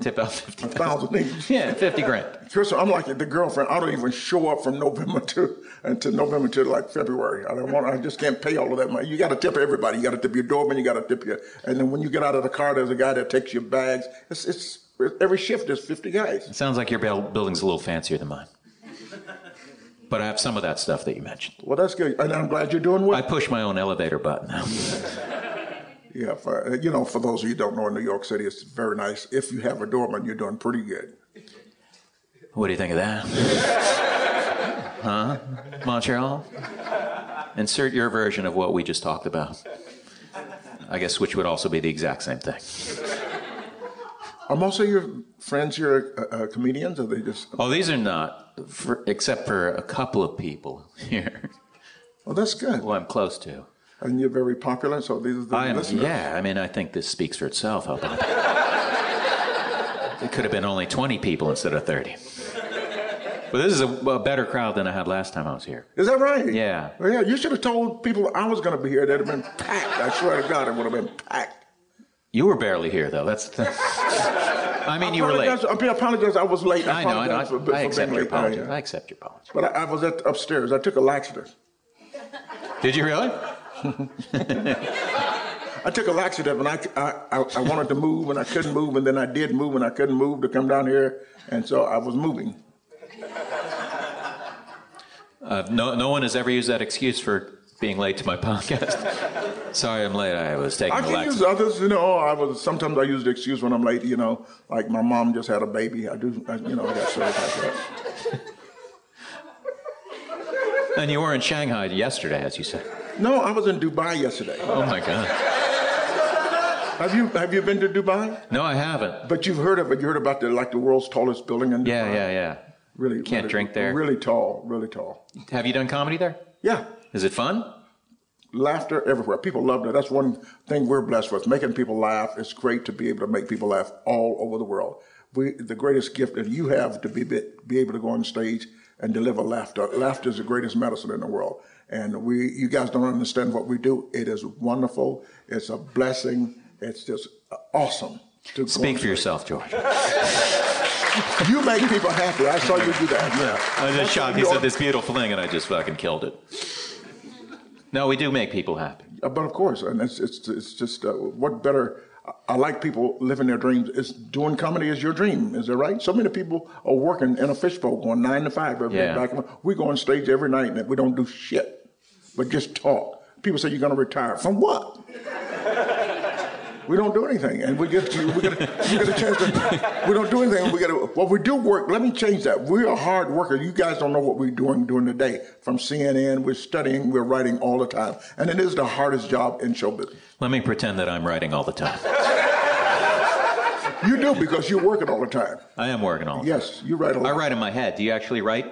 Speaker 7: tip out fifty.
Speaker 9: A thousand each.
Speaker 7: Yeah, fifty grand.
Speaker 9: Chris, I'm like the girlfriend. I don't even show up from November to until November to like February. I don't want. I just can't pay all of that money. You got to tip everybody. You got to tip your doorman. You got to tip your. And then when you get out of the car, there's a guy that takes your bags. It's it's every shift is fifty guys.
Speaker 7: Sounds like your buil- building's a little fancier than mine. But I have some of that stuff that you mentioned.
Speaker 9: Well, that's good, and I'm glad you're doing
Speaker 7: I
Speaker 9: well.
Speaker 7: push my own elevator button now.
Speaker 9: yeah, for, you know, for those of you who don't know, in New York City, it's very nice. If you have a doorman, you're doing pretty good.
Speaker 7: What do you think of that? huh? Montreal? Insert your version of what we just talked about. I guess which would also be the exact same thing.
Speaker 9: Are most of your friends your uh, uh, comedians? Or they just?
Speaker 7: Oh, these are not, for, except for a couple of people here
Speaker 9: Oh, that's good.
Speaker 7: who I'm close to.
Speaker 9: And you're very popular, so these are the
Speaker 7: I am,
Speaker 9: listeners.
Speaker 7: yeah, I mean, I think this speaks for itself. How about it? It could have been only 20 people instead of 30. But this is a, a better crowd than I had last time I was here.
Speaker 9: Is that right?
Speaker 7: Yeah.
Speaker 9: Well, yeah, you should have told people I was going to be here. That'd have been packed. I swear to God, it would have been packed.
Speaker 7: You were barely here, though. That's the thing. I mean, you were late.
Speaker 9: Apologize- I apologize. I was late.
Speaker 7: I know, I know. I,
Speaker 9: apologize for- for
Speaker 7: I
Speaker 9: being
Speaker 7: accept your
Speaker 9: late.
Speaker 7: apology.
Speaker 9: Yeah, yeah.
Speaker 7: I accept your apology.
Speaker 9: But I, I was at upstairs. I took a laxative.
Speaker 7: Did you really?
Speaker 9: I took a laxative, and I, I, I, I wanted to move, and I couldn't move, and then I did move, and I couldn't move to come down here, and so I was moving.
Speaker 7: Uh, no, no one has ever used that excuse for being late to my podcast. Sorry, I'm late. I was taking
Speaker 9: I
Speaker 7: a
Speaker 9: can use
Speaker 7: laxative.
Speaker 9: others, you know. I was sometimes I use the excuse when I'm late, you know, like my mom just had a baby. I do, I, you know, I got stories like that.
Speaker 7: And you were in Shanghai yesterday, as you said.
Speaker 9: No, I was in Dubai yesterday.
Speaker 7: Oh my God.
Speaker 9: Have you have you been to Dubai?
Speaker 7: No, I haven't.
Speaker 9: But you've heard of it. You heard about the like the world's tallest building in Dubai.
Speaker 7: Yeah, yeah, yeah.
Speaker 9: Really
Speaker 7: Can't
Speaker 9: really-
Speaker 7: drink there.
Speaker 9: Really tall, really tall.
Speaker 7: Have you done comedy there?
Speaker 9: Yeah.
Speaker 7: Is it fun?
Speaker 9: Laughter everywhere. People love that. That's one thing we're blessed with. Making people laugh. It's great to be able to make people laugh all over the world. We the greatest gift that you have to be be able to go on stage and deliver laughter. Laughter is the greatest medicine in the world. And we you guys don't understand what we do. It is wonderful. It's a blessing. It's just awesome. to go on
Speaker 7: Speak for
Speaker 9: stage.
Speaker 7: yourself, George.
Speaker 9: You make people happy. I saw you do that. Yeah.
Speaker 7: I was just shocked. He
Speaker 9: You
Speaker 7: said
Speaker 9: are-
Speaker 7: this beautiful thing, and I just fucking killed it. No, we do make people happy.
Speaker 9: Uh, But of course, and it's it's, it's just uh, what better. I- I like people living their dreams. It's doing comedy is your dream. Is that right? So many people are working in a fishbowl, going nine to five every day.
Speaker 7: Yeah.
Speaker 9: Back and forth. we go on stage every night and we don't do shit, but just talk. People say you're going to retire from what? we don't do anything, and we get to, we get a, we get a chance to we don't do anything. We get a, well, we do work. Let me change that. We are hard workers. You guys don't know what we're doing during the day. From CNN, we're studying, we're writing all the time, and it is the hardest job in show business.
Speaker 7: Let me pretend that I'm writing all the time.
Speaker 9: You do because you're working all the time.
Speaker 7: I am working all the time.
Speaker 9: Yes, you write a
Speaker 7: I
Speaker 9: lot.
Speaker 7: write in my head. Do you actually write?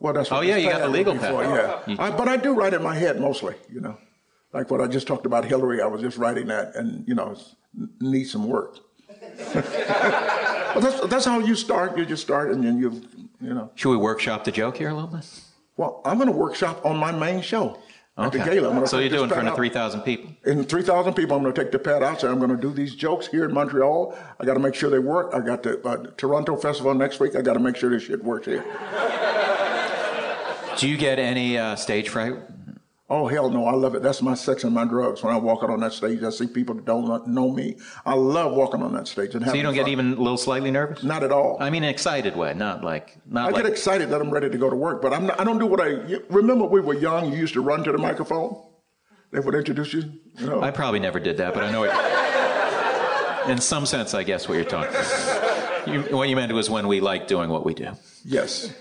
Speaker 9: Well, that's what
Speaker 7: Oh, yeah,
Speaker 9: this
Speaker 7: you got
Speaker 9: pad
Speaker 7: the legal Hmm.
Speaker 9: would be for,
Speaker 7: pad.
Speaker 9: Yeah,
Speaker 7: You-
Speaker 9: I, but I do write in my head mostly. You know, like what I just talked about Hillary. I was just writing that, and you know, it's- need some work. But that's that's how you start. You just start, and then you you know.
Speaker 7: Should we workshop the joke here a little bit?
Speaker 9: Well, I'm going to workshop on my main show at the gala. I'm gonna
Speaker 7: So
Speaker 9: take
Speaker 7: you
Speaker 9: this
Speaker 7: do in
Speaker 9: pad
Speaker 7: front of
Speaker 9: out.
Speaker 7: 3,000 people.
Speaker 9: In 3,000 people, I'm going to take the pad out there. I'm going to do these jokes here in Montreal. I got to make sure they work. I got the uh, Toronto Festival next week. I got to make sure this shit works here.
Speaker 7: Do you get any uh, stage fright?
Speaker 9: Oh hell no! I love it. That's my sex and my drugs. When I walk out on that stage, I see people that don't kno- know me. I love walking on that stage and
Speaker 7: So
Speaker 9: having
Speaker 7: you don't get
Speaker 9: fun.
Speaker 7: even a little slightly nervous?
Speaker 9: not at all.
Speaker 7: I mean, an excited way, not like not
Speaker 9: I
Speaker 7: like.
Speaker 9: get excited that I'm ready to go to work, but I'm not, I don't do what I you- remember. We were young. You used to run to the microphone. They would introduce you. you know.
Speaker 7: I probably never did that, but I know it. In some sense, I guess what you're talking. You, what you meant was when we like doing what we do.
Speaker 9: yes,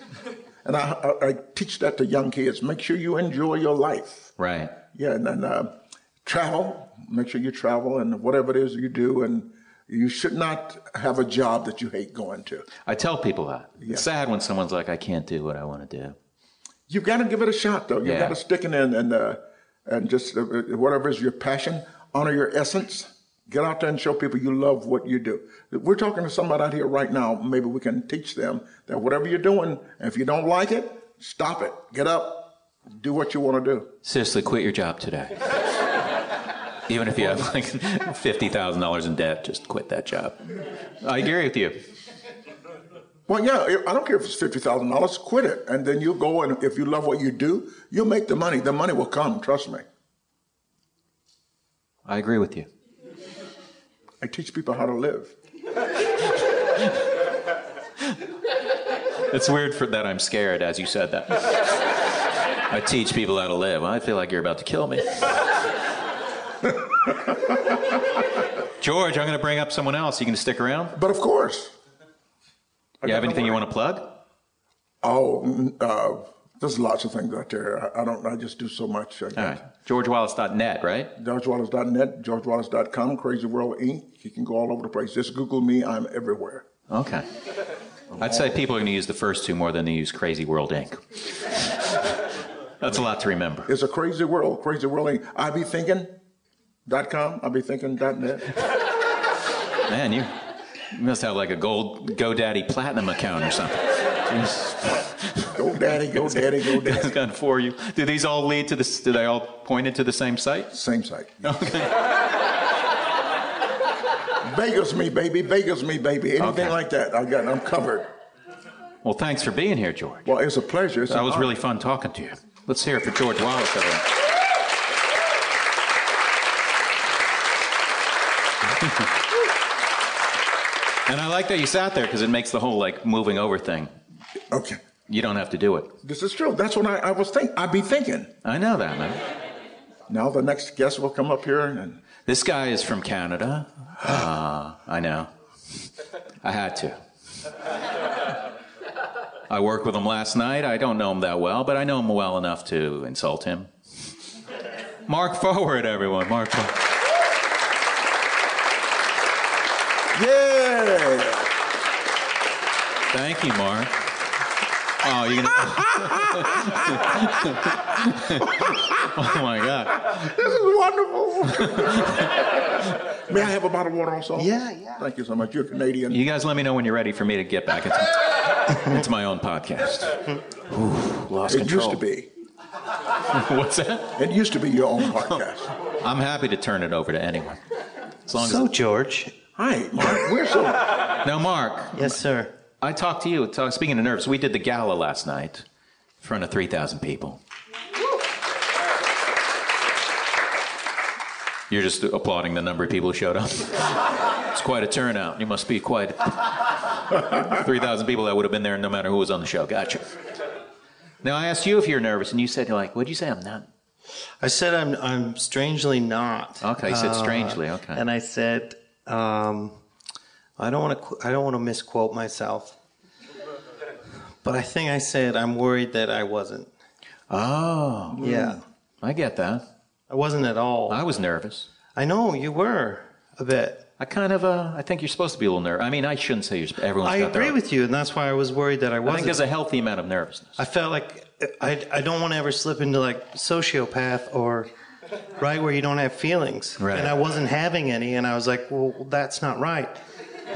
Speaker 9: and I, I, I teach that to young kids. Make sure you enjoy your life.
Speaker 7: Right.
Speaker 9: Yeah, and then uh, travel. Make sure you travel and whatever it is you do, and you should not have a job that you hate going to.
Speaker 7: I tell people that. It's sad when someone's like, "I can't do what I want to do."
Speaker 9: you've got to give it a shot though. You've
Speaker 7: Yeah.
Speaker 9: got to stick it in and uh, and just uh, whatever is your passion, honor your essence. Get out there and show people you love what you do. We're talking to somebody out here right now. Maybe we can teach them that whatever you're doing, if you don't like it, stop it. Get up, do what you want to do.
Speaker 7: Seriously, quit your job today. Even if you have like $50,000 in debt, just quit that job. I agree with you.
Speaker 9: Well, yeah, I- I don't care if it's fifty thousand dollars. Quit it, and then you'll go and if you love what you do, you'll make the money. The money will come. Trust me.
Speaker 7: I agree with you.
Speaker 9: I teach people how to live.
Speaker 7: It's weird for that I'm scared as you said that. I teach people how to live. I feel like you're about to kill me. George, I'm going to bring up someone else. You going to stick around?
Speaker 9: But of course,
Speaker 7: You have anything you want to plug?
Speaker 9: oh, mm, uh, there's lots of things out there. I, I don't. I just do so much. I
Speaker 7: All
Speaker 9: guess.
Speaker 7: right. GeorgeWallace.net, right?
Speaker 9: GeorgeWallace.net, GeorgeWallace.com, Crazy World Inc. You can go all over the place. Just Google me. I'm everywhere.
Speaker 7: Okay. I'd say people are going to use the first two more than they use Crazy World Inc. That's a lot to remember.
Speaker 9: It's a crazy world. Crazy World Inc. I be thinking. Dot com. I be thinking. Dot net.
Speaker 7: Man, you, you must have like a gold GoDaddy Platinum account or something.
Speaker 9: Go daddy. Go daddy. Go
Speaker 7: It's
Speaker 9: daddy.
Speaker 7: done for you. Do these all lead to this? Do they all pointed to the same site?
Speaker 9: Same site.
Speaker 7: Okay.
Speaker 9: Beggars me, baby. Beggars me, baby. Anything
Speaker 7: Okay.
Speaker 9: like that, I got. I'm covered.
Speaker 7: Well, thanks for being here, George.
Speaker 9: Well, it's a pleasure. It's
Speaker 7: That
Speaker 9: an
Speaker 7: was
Speaker 9: honor.
Speaker 7: really fun talking to you. Let's hear it for George Wallace, everyone. and I like that you sat there because it makes the whole like moving over thing.
Speaker 9: okay.
Speaker 7: You don't have to do it.
Speaker 9: This is true. That's what I, I was thinking. I'd be thinking.
Speaker 7: I know that, man.
Speaker 9: Now the next guest will come up here, and
Speaker 7: This guy is from Canada. Uh, I know. I had to. I worked with him last night. I don't know him that well, but I know him well enough to insult him. Mark Forward, everyone. Mark Forward.
Speaker 9: yeah.
Speaker 7: Thank you, Mark. Oh, you're gonna. oh Oh, my God.
Speaker 9: This is wonderful. May I have a bottle of water also?
Speaker 7: Yeah, yeah.
Speaker 9: Thank you so much. You're Canadian.
Speaker 7: You guys let me know when you're ready for me to get back into, into my own podcast. Ooh, lost
Speaker 9: it
Speaker 7: control.
Speaker 9: used to be.
Speaker 7: What's that?
Speaker 9: It used to be your own podcast.
Speaker 7: I'm happy to turn it over to anyone. As long
Speaker 10: So, George.
Speaker 9: Hi, Mark. We're so.
Speaker 7: as. Now, Mark,
Speaker 10: Yes, sir.
Speaker 7: I talked to you. Talk, speaking of nerves, we did the gala last night in front of 3,000 people. You're just applauding the number of people who showed up. it's quite a turnout. You must be quite 3,000 people that would have been there no matter who was on the show. Gotcha. Now I asked you if you're nervous, and you said you're like, "What'd you say? I'm not."
Speaker 10: I said I'm I'm strangely not. uh,
Speaker 7: Okay, you said strangely, okay.
Speaker 10: And I said um, I don't want to I don't want to misquote myself. But I think I said I'm worried that I wasn't.
Speaker 7: Oh,
Speaker 10: Yeah.
Speaker 7: I get that.
Speaker 10: I wasn't at all.
Speaker 7: I was nervous.
Speaker 10: I know you were a bit.
Speaker 7: I kind of, uh, I think you're supposed to be a little nervous. I mean, I shouldn't say you're. sp- Everyone's
Speaker 10: I
Speaker 7: got their
Speaker 10: agree
Speaker 7: own-
Speaker 10: with you, and that's why I was worried that I
Speaker 7: I think
Speaker 10: wasn't.
Speaker 7: there's a healthy amount of nervousness.
Speaker 10: I felt like I, I don't want to ever slip into like sociopath or right where you don't have feelings.
Speaker 7: Right.
Speaker 10: And I wasn't having any, and I was like, well, that's not right.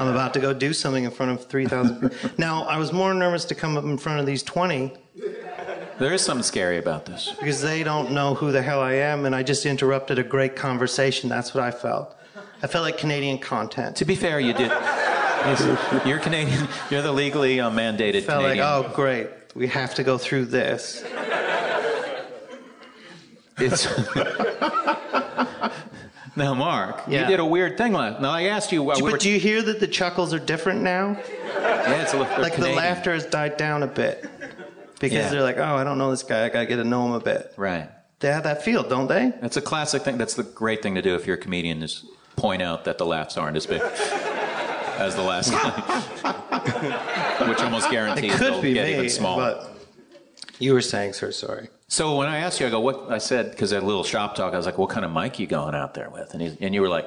Speaker 10: I'm about to go do something in front of 3,000 people. now, I was more nervous to come up in front of these 20
Speaker 7: There is something scary about this.
Speaker 10: because they don't know who the hell I am, and I just interrupted a great conversation. That's what I felt. I felt like Canadian content.
Speaker 7: To be fair, you did. You're Canadian. You're the legally uh, mandated
Speaker 10: felt like,
Speaker 7: Canadian.
Speaker 10: oh, great, we have to go through this.
Speaker 7: It's now, Mark, you
Speaker 10: oh. Yeah.
Speaker 7: did a weird thing last. Now I asked you. Why we were,
Speaker 10: but do you hear that the chuckles are different now?
Speaker 7: yeah, it's a little,
Speaker 10: like
Speaker 7: Canadian.
Speaker 10: the laughter has died down a bit because
Speaker 7: Yeah.
Speaker 10: they're like, oh, I don't know this guy. I gotta get to know him a bit.
Speaker 7: Right.
Speaker 10: They have that feel, don't they?
Speaker 7: That's a classic thing. That's the great thing to do if you're a comedian is point out that the laughs aren't as big as the last guy, which almost
Speaker 10: It
Speaker 7: guarantees
Speaker 10: could
Speaker 7: they'll
Speaker 10: be
Speaker 7: get
Speaker 10: me,
Speaker 7: even smaller.
Speaker 10: but you were saying, sir, sorry.
Speaker 7: So when I asked you, I go, what? I said because that little shop talk, I was like, what kind of mic you going out there with? And he's, and you were like,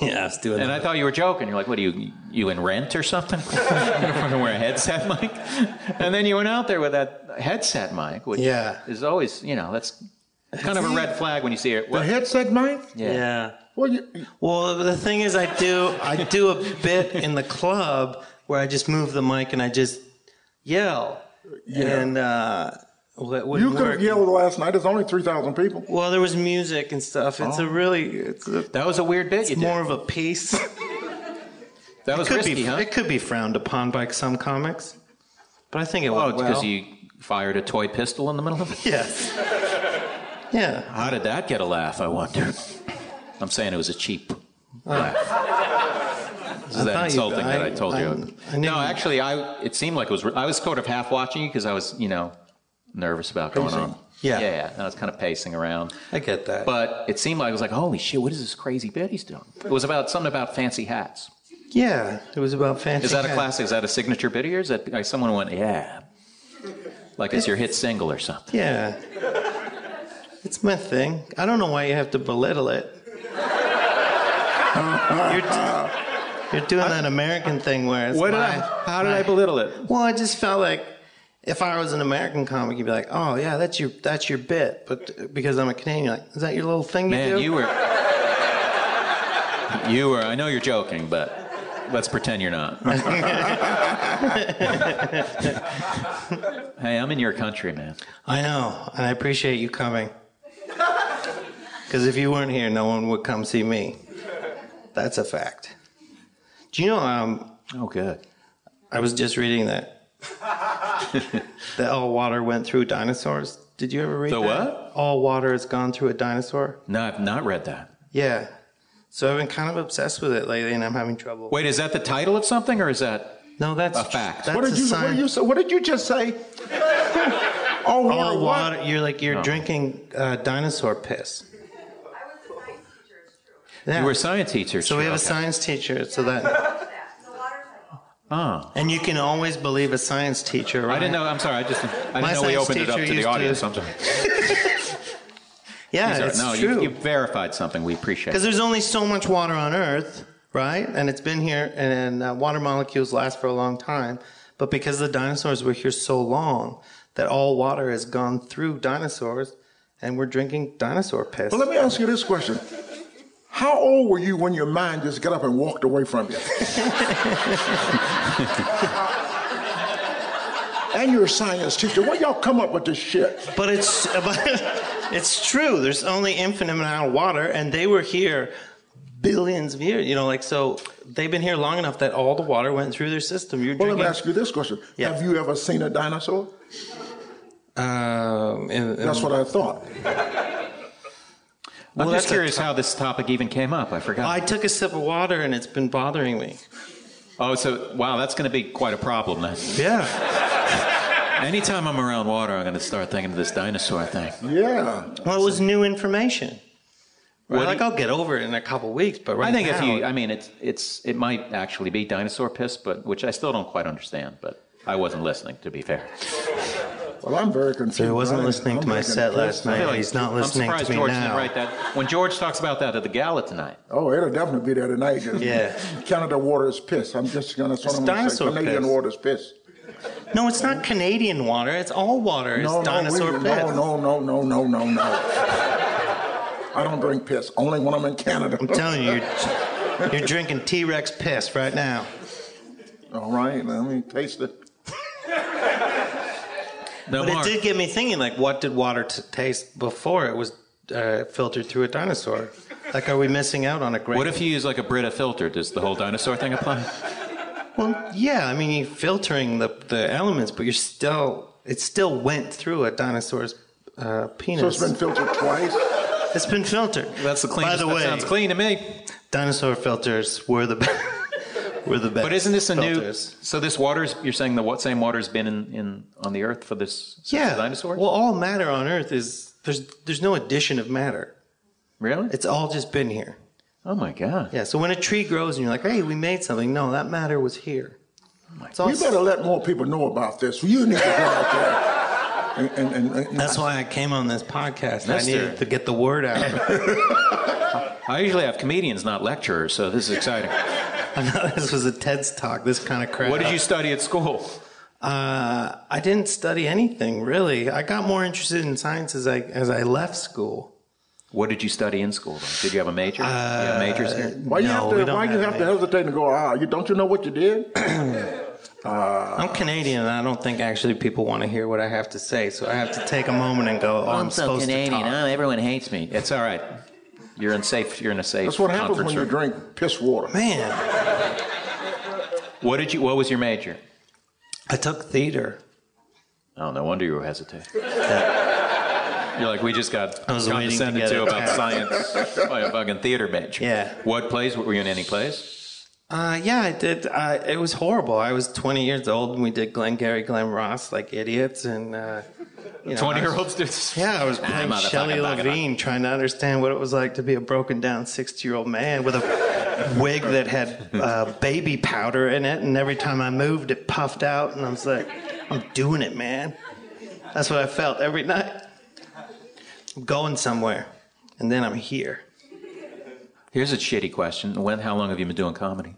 Speaker 10: yeah, I was doing
Speaker 7: and I thought you were joking. You're like, what are you you in rent or something? you don't fucking wear a headset mic. And then you went out there with that headset mic, which
Speaker 10: Yeah.
Speaker 7: is always you know that's Kind of a red flag when you see it.
Speaker 5: The
Speaker 7: What?
Speaker 5: headset mic?
Speaker 9: Yeah.
Speaker 5: Well, you,
Speaker 9: Well, the thing is, I do I do a bit in the club where I just move the mic and I just yell.
Speaker 5: Yeah.
Speaker 9: And uh, well, it
Speaker 5: you
Speaker 9: wouldn't
Speaker 5: could
Speaker 9: work.
Speaker 5: have yelled last night. There's only 3,000 people. Oh.
Speaker 9: Well, there was music and stuff. It's a really it's a,
Speaker 7: That was a weird bit you did.
Speaker 9: it's more of a piece.
Speaker 7: that was
Speaker 9: could
Speaker 7: risky,
Speaker 9: be
Speaker 7: huh?
Speaker 9: it could be frowned upon by some comics, but I think it
Speaker 7: Oh,
Speaker 9: went
Speaker 7: it's
Speaker 9: well.
Speaker 7: because you fired a toy pistol in the middle of it?
Speaker 9: Yes. yeah.
Speaker 7: How did that get a laugh, I wonder? I'm saying it was a cheap laugh. This is
Speaker 9: I
Speaker 7: that
Speaker 9: thought you-
Speaker 7: insulting that
Speaker 9: I-
Speaker 7: I told you.
Speaker 9: I- I knew
Speaker 7: no,
Speaker 9: you-
Speaker 7: actually, I it seemed like it was. I was sort of half watching you because I was, you know, nervous about going on.
Speaker 9: Yeah.
Speaker 7: yeah, yeah. And I was kind of pacing around.
Speaker 9: I get that.
Speaker 7: But it seemed like it was like, holy shit, what is this crazy bit he's doing? It was about something about fancy hats.
Speaker 9: yeah, it was about fancy.
Speaker 7: Is that a
Speaker 9: hats.
Speaker 7: classic? Is that a signature bit of yours? That like someone went, yeah, like it's your hit single or something.
Speaker 9: Yeah. It's my thing. I don't know why you have to belittle it. you're, you're doing that American thing where it's my-
Speaker 7: how did I belittle it?
Speaker 9: Well, I just felt like if I was an American comic, you'd be like, "Oh yeah, that's your that's your bit," but because I'm a Canadian, you're like, "Is that your little thing you
Speaker 7: Man,
Speaker 9: do?"
Speaker 7: you were, you were. I know you're joking, but let's pretend you're not. hey, I'm in your country, man.
Speaker 9: I know, and I appreciate you coming. Because if you weren't here, no one would come see me. That's a fact. Do you know? Um,
Speaker 7: Oh, good.
Speaker 9: I was just reading that. that all water went through dinosaurs. Did you ever read
Speaker 7: The
Speaker 9: that?
Speaker 7: what?
Speaker 9: All water has gone through a dinosaur.
Speaker 7: No, I've not read that.
Speaker 9: Yeah. So I've been kind of obsessed with it lately, and I'm having trouble.
Speaker 7: Wait, is that the title of something, or is that?
Speaker 9: no, that's
Speaker 7: a fact.
Speaker 9: That's
Speaker 5: What did,
Speaker 9: a
Speaker 5: you,
Speaker 9: sign.
Speaker 5: what, did you, say- what did you just say? oh,
Speaker 9: all
Speaker 5: water,
Speaker 9: water. You're like you're
Speaker 7: No.
Speaker 9: drinking uh, dinosaur piss. Yeah.
Speaker 7: You were a science teacher.
Speaker 9: So we have a
Speaker 7: okay.
Speaker 9: science teacher. So that,
Speaker 7: Oh,
Speaker 9: and you can always believe a science teacher, right?
Speaker 7: I didn't know. I'm sorry. I just I didn't
Speaker 9: My
Speaker 7: know we
Speaker 9: science
Speaker 7: opened it up
Speaker 9: teacher
Speaker 7: to the
Speaker 9: used to-
Speaker 7: audience. I'm sorry.
Speaker 9: Yeah,
Speaker 7: Sorry.
Speaker 9: it's
Speaker 7: no,
Speaker 9: true.
Speaker 7: You, you verified something. We appreciate.
Speaker 9: Because
Speaker 7: it.
Speaker 9: there's only so much water on Earth, right? And it's been here, and uh, water molecules last for a long time. But because the dinosaurs were here so long, that all water has gone through dinosaurs, and we're drinking dinosaur piss.
Speaker 5: Well, let me ask you this question. How old were you when your mind just got up and walked away from you? and you're a science teacher. Why y'all come up with this shit?
Speaker 9: but it's but it's true. There's only infinite amount of water, and they were here billions of years. You know, like so they've been here long enough that all the water went through their system. You're
Speaker 5: Well, let me
Speaker 9: drinking.
Speaker 5: ask you this question.
Speaker 9: Yeah.
Speaker 5: Have you ever seen a dinosaur?
Speaker 9: um, and-
Speaker 5: That's what I thought.
Speaker 7: I'm
Speaker 9: well,
Speaker 7: just
Speaker 9: that's a
Speaker 7: curious
Speaker 9: t-
Speaker 7: how this topic even came up. I forgot.
Speaker 9: I took a sip of water, and it's been bothering me.
Speaker 7: oh, so wow, that's going to be quite a problem. Then.
Speaker 9: Yeah.
Speaker 7: Anytime I'm around water, I'm going to start thinking of this dinosaur thing.
Speaker 5: Yeah.
Speaker 9: Well, it was new information.
Speaker 7: What do
Speaker 9: like
Speaker 7: you-
Speaker 9: I'll get over it in a couple weeks, but right
Speaker 7: I think
Speaker 9: now,
Speaker 7: if you, I mean, it's it's it might actually be dinosaur piss, but which I still don't quite understand. But I wasn't listening, to be fair.
Speaker 5: Well, I'm very confused.
Speaker 9: he wasn't
Speaker 5: I'm-
Speaker 9: listening
Speaker 5: I'm
Speaker 9: to my
Speaker 5: very
Speaker 9: set
Speaker 5: confused.
Speaker 9: last night. He's not listening
Speaker 7: I'm surprised
Speaker 9: to me
Speaker 7: George
Speaker 9: now.
Speaker 7: didn't write that. When George talks about that at the gala tonight,
Speaker 5: Oh, it'll definitely be there tonight.
Speaker 9: Yeah.
Speaker 5: Canada water is piss. I'm just gonna. That's what
Speaker 9: It's
Speaker 5: I'm gonna say.
Speaker 9: dinosaur
Speaker 5: Canadian
Speaker 9: piss.
Speaker 5: water is piss.
Speaker 9: No, it's not Canadian water. It's all water. It's
Speaker 5: no,
Speaker 9: dinosaur
Speaker 5: no, we-
Speaker 9: piss.
Speaker 5: No, no, no, no, no, no, no. I don't drink piss. Only when I'm in Canada.
Speaker 9: I'm telling you, you're, you're drinking T-Rex piss right now.
Speaker 5: All right, let me taste it.
Speaker 7: no
Speaker 9: But it
Speaker 7: Mark.
Speaker 9: did get me thinking. Like, what did water t- taste before it was uh, filtered through a dinosaur? Like, are we missing out on a great?
Speaker 7: What if you use like a Brita filter? Does the whole dinosaur thing apply?
Speaker 9: Well, yeah, I mean, you're filtering the, the elements, but you're still, it still went through a dinosaur's uh, penis.
Speaker 5: So it's been filtered twice.
Speaker 9: It's been filtered.
Speaker 7: That's the cleanest.
Speaker 9: By the
Speaker 7: that
Speaker 9: way,
Speaker 7: sounds clean to me.
Speaker 9: dinosaur filters were the best. were the best.
Speaker 7: But isn't this a
Speaker 9: filters.
Speaker 7: new? So this water's you're saying the what same water's been in, in on the Earth for this since
Speaker 9: Yeah.
Speaker 7: the dinosaurs?
Speaker 9: Well, all matter on Earth is, there's, there's no addition of matter.
Speaker 7: really?
Speaker 9: It's all just been here.
Speaker 7: oh my god!
Speaker 9: Yeah, so when a tree grows and you're like, hey, we made something, no, that matter was here. It's all
Speaker 5: We Oh better let more people know about this. You need to go out there. And, and, and, and
Speaker 9: That's why I came on this podcast. I
Speaker 7: Mister.
Speaker 9: needed to get the word out.
Speaker 7: I usually have comedians, not lecturers, so this is exciting.
Speaker 9: I know this was a TED's talk, this kind of crap.
Speaker 7: what did you study at school?
Speaker 9: uh, I didn't study anything really. I got more interested in science as I as I left school.
Speaker 7: What did you study in school? Though? Did you have a major? Uh, you have majors here?
Speaker 5: Why you have to, why you have to hesitate and go, ah, you, don't you know what you did?
Speaker 9: I'm Canadian, and I don't think actually people want to hear what I have to say, so I have to take a moment and go. Oh, I'm,
Speaker 7: I'm so
Speaker 9: supposed
Speaker 7: Canadian.
Speaker 9: to
Speaker 7: Oh,
Speaker 9: talk.
Speaker 7: everyone hates me. It's all right. You're in safe. You're in a safe.
Speaker 5: That's what happens
Speaker 7: comfort
Speaker 5: when you
Speaker 7: zone.
Speaker 5: drink piss water.
Speaker 9: Man,
Speaker 7: What did you? What was your major?
Speaker 9: I took theater.
Speaker 7: Oh, no wonder you were hesitating. You're like, we just got
Speaker 9: I was waiting to
Speaker 7: condescended
Speaker 9: get
Speaker 7: to, about
Speaker 9: attacked.
Speaker 7: science by a fucking theater major.
Speaker 9: Yeah.
Speaker 7: What plays? Were you in any plays?
Speaker 9: Uh, yeah, I did. Uh, it was horrible. I was 20 years old, and we did Glengarry Glen Ross like idiots, and uh, you know, I was-
Speaker 7: Twenty-year-olds do.
Speaker 9: Yeah, I was playing
Speaker 7: motherfucker,
Speaker 9: Shelley
Speaker 7: fucker, fucker.
Speaker 9: Levine, trying to understand what it was like to be a broken down 60 year old man with a wig that had uh, baby powder in it. And every time I moved, it puffed out. And I was like, I'm doing it, man. That's what I felt every night. I'm going somewhere. And then I'm here.
Speaker 7: Here's a shitty question. When? How long have you been doing comedy?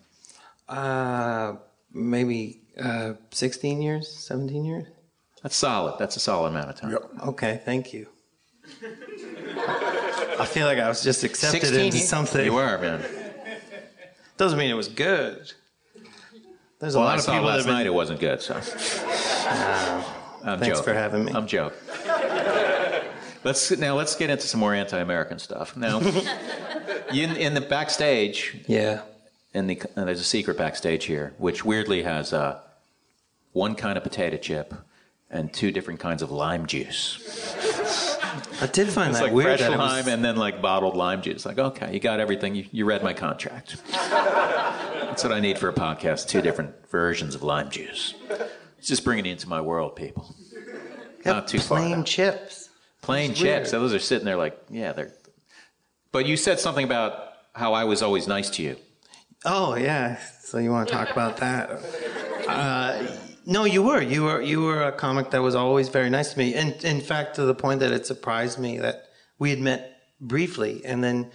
Speaker 9: Uh, maybe uh, 16 years, 17 years?
Speaker 7: That's solid. That's a solid amount of time.
Speaker 5: Yep.
Speaker 9: Okay, thank you. I feel like I was just accepted
Speaker 7: 16
Speaker 9: into
Speaker 7: years?
Speaker 9: something.
Speaker 7: You were, man.
Speaker 9: Doesn't mean it was good. There's a
Speaker 7: Well,
Speaker 9: lot
Speaker 7: I
Speaker 9: of
Speaker 7: saw
Speaker 9: people that
Speaker 7: last
Speaker 9: have been. Ah,
Speaker 7: night it wasn't good. So. I'm
Speaker 9: Thanks
Speaker 7: joking.
Speaker 9: for having me.
Speaker 7: I'm joking. let's now let's get into some more anti-American stuff. Now, you, in, in the backstage,
Speaker 9: yeah.
Speaker 7: in the and there's a secret backstage here, which weirdly has uh, one kind of potato chip and two different kinds of lime juice.
Speaker 9: I did find
Speaker 7: It's
Speaker 9: that
Speaker 7: like
Speaker 9: weird.
Speaker 7: fresh
Speaker 9: that it was-
Speaker 7: lime and then like bottled lime juice. Like, okay, you got everything. You, you read my contract. That's what I need for a podcast. Two different versions of lime juice. It's just bringing it into my world, people.
Speaker 9: Yeah,
Speaker 7: not too far
Speaker 9: plain
Speaker 7: though.
Speaker 9: chips.
Speaker 7: Plain
Speaker 9: It's
Speaker 7: chips.
Speaker 9: weird.
Speaker 7: Those are sitting there like, yeah, they're. But you said something about how I was always nice to you.
Speaker 9: Oh yeah. So you want to talk about that? Uh, no, you were. You were. You were a comic that was always very nice to me, and in fact, to the point that it surprised me that we had met briefly, and then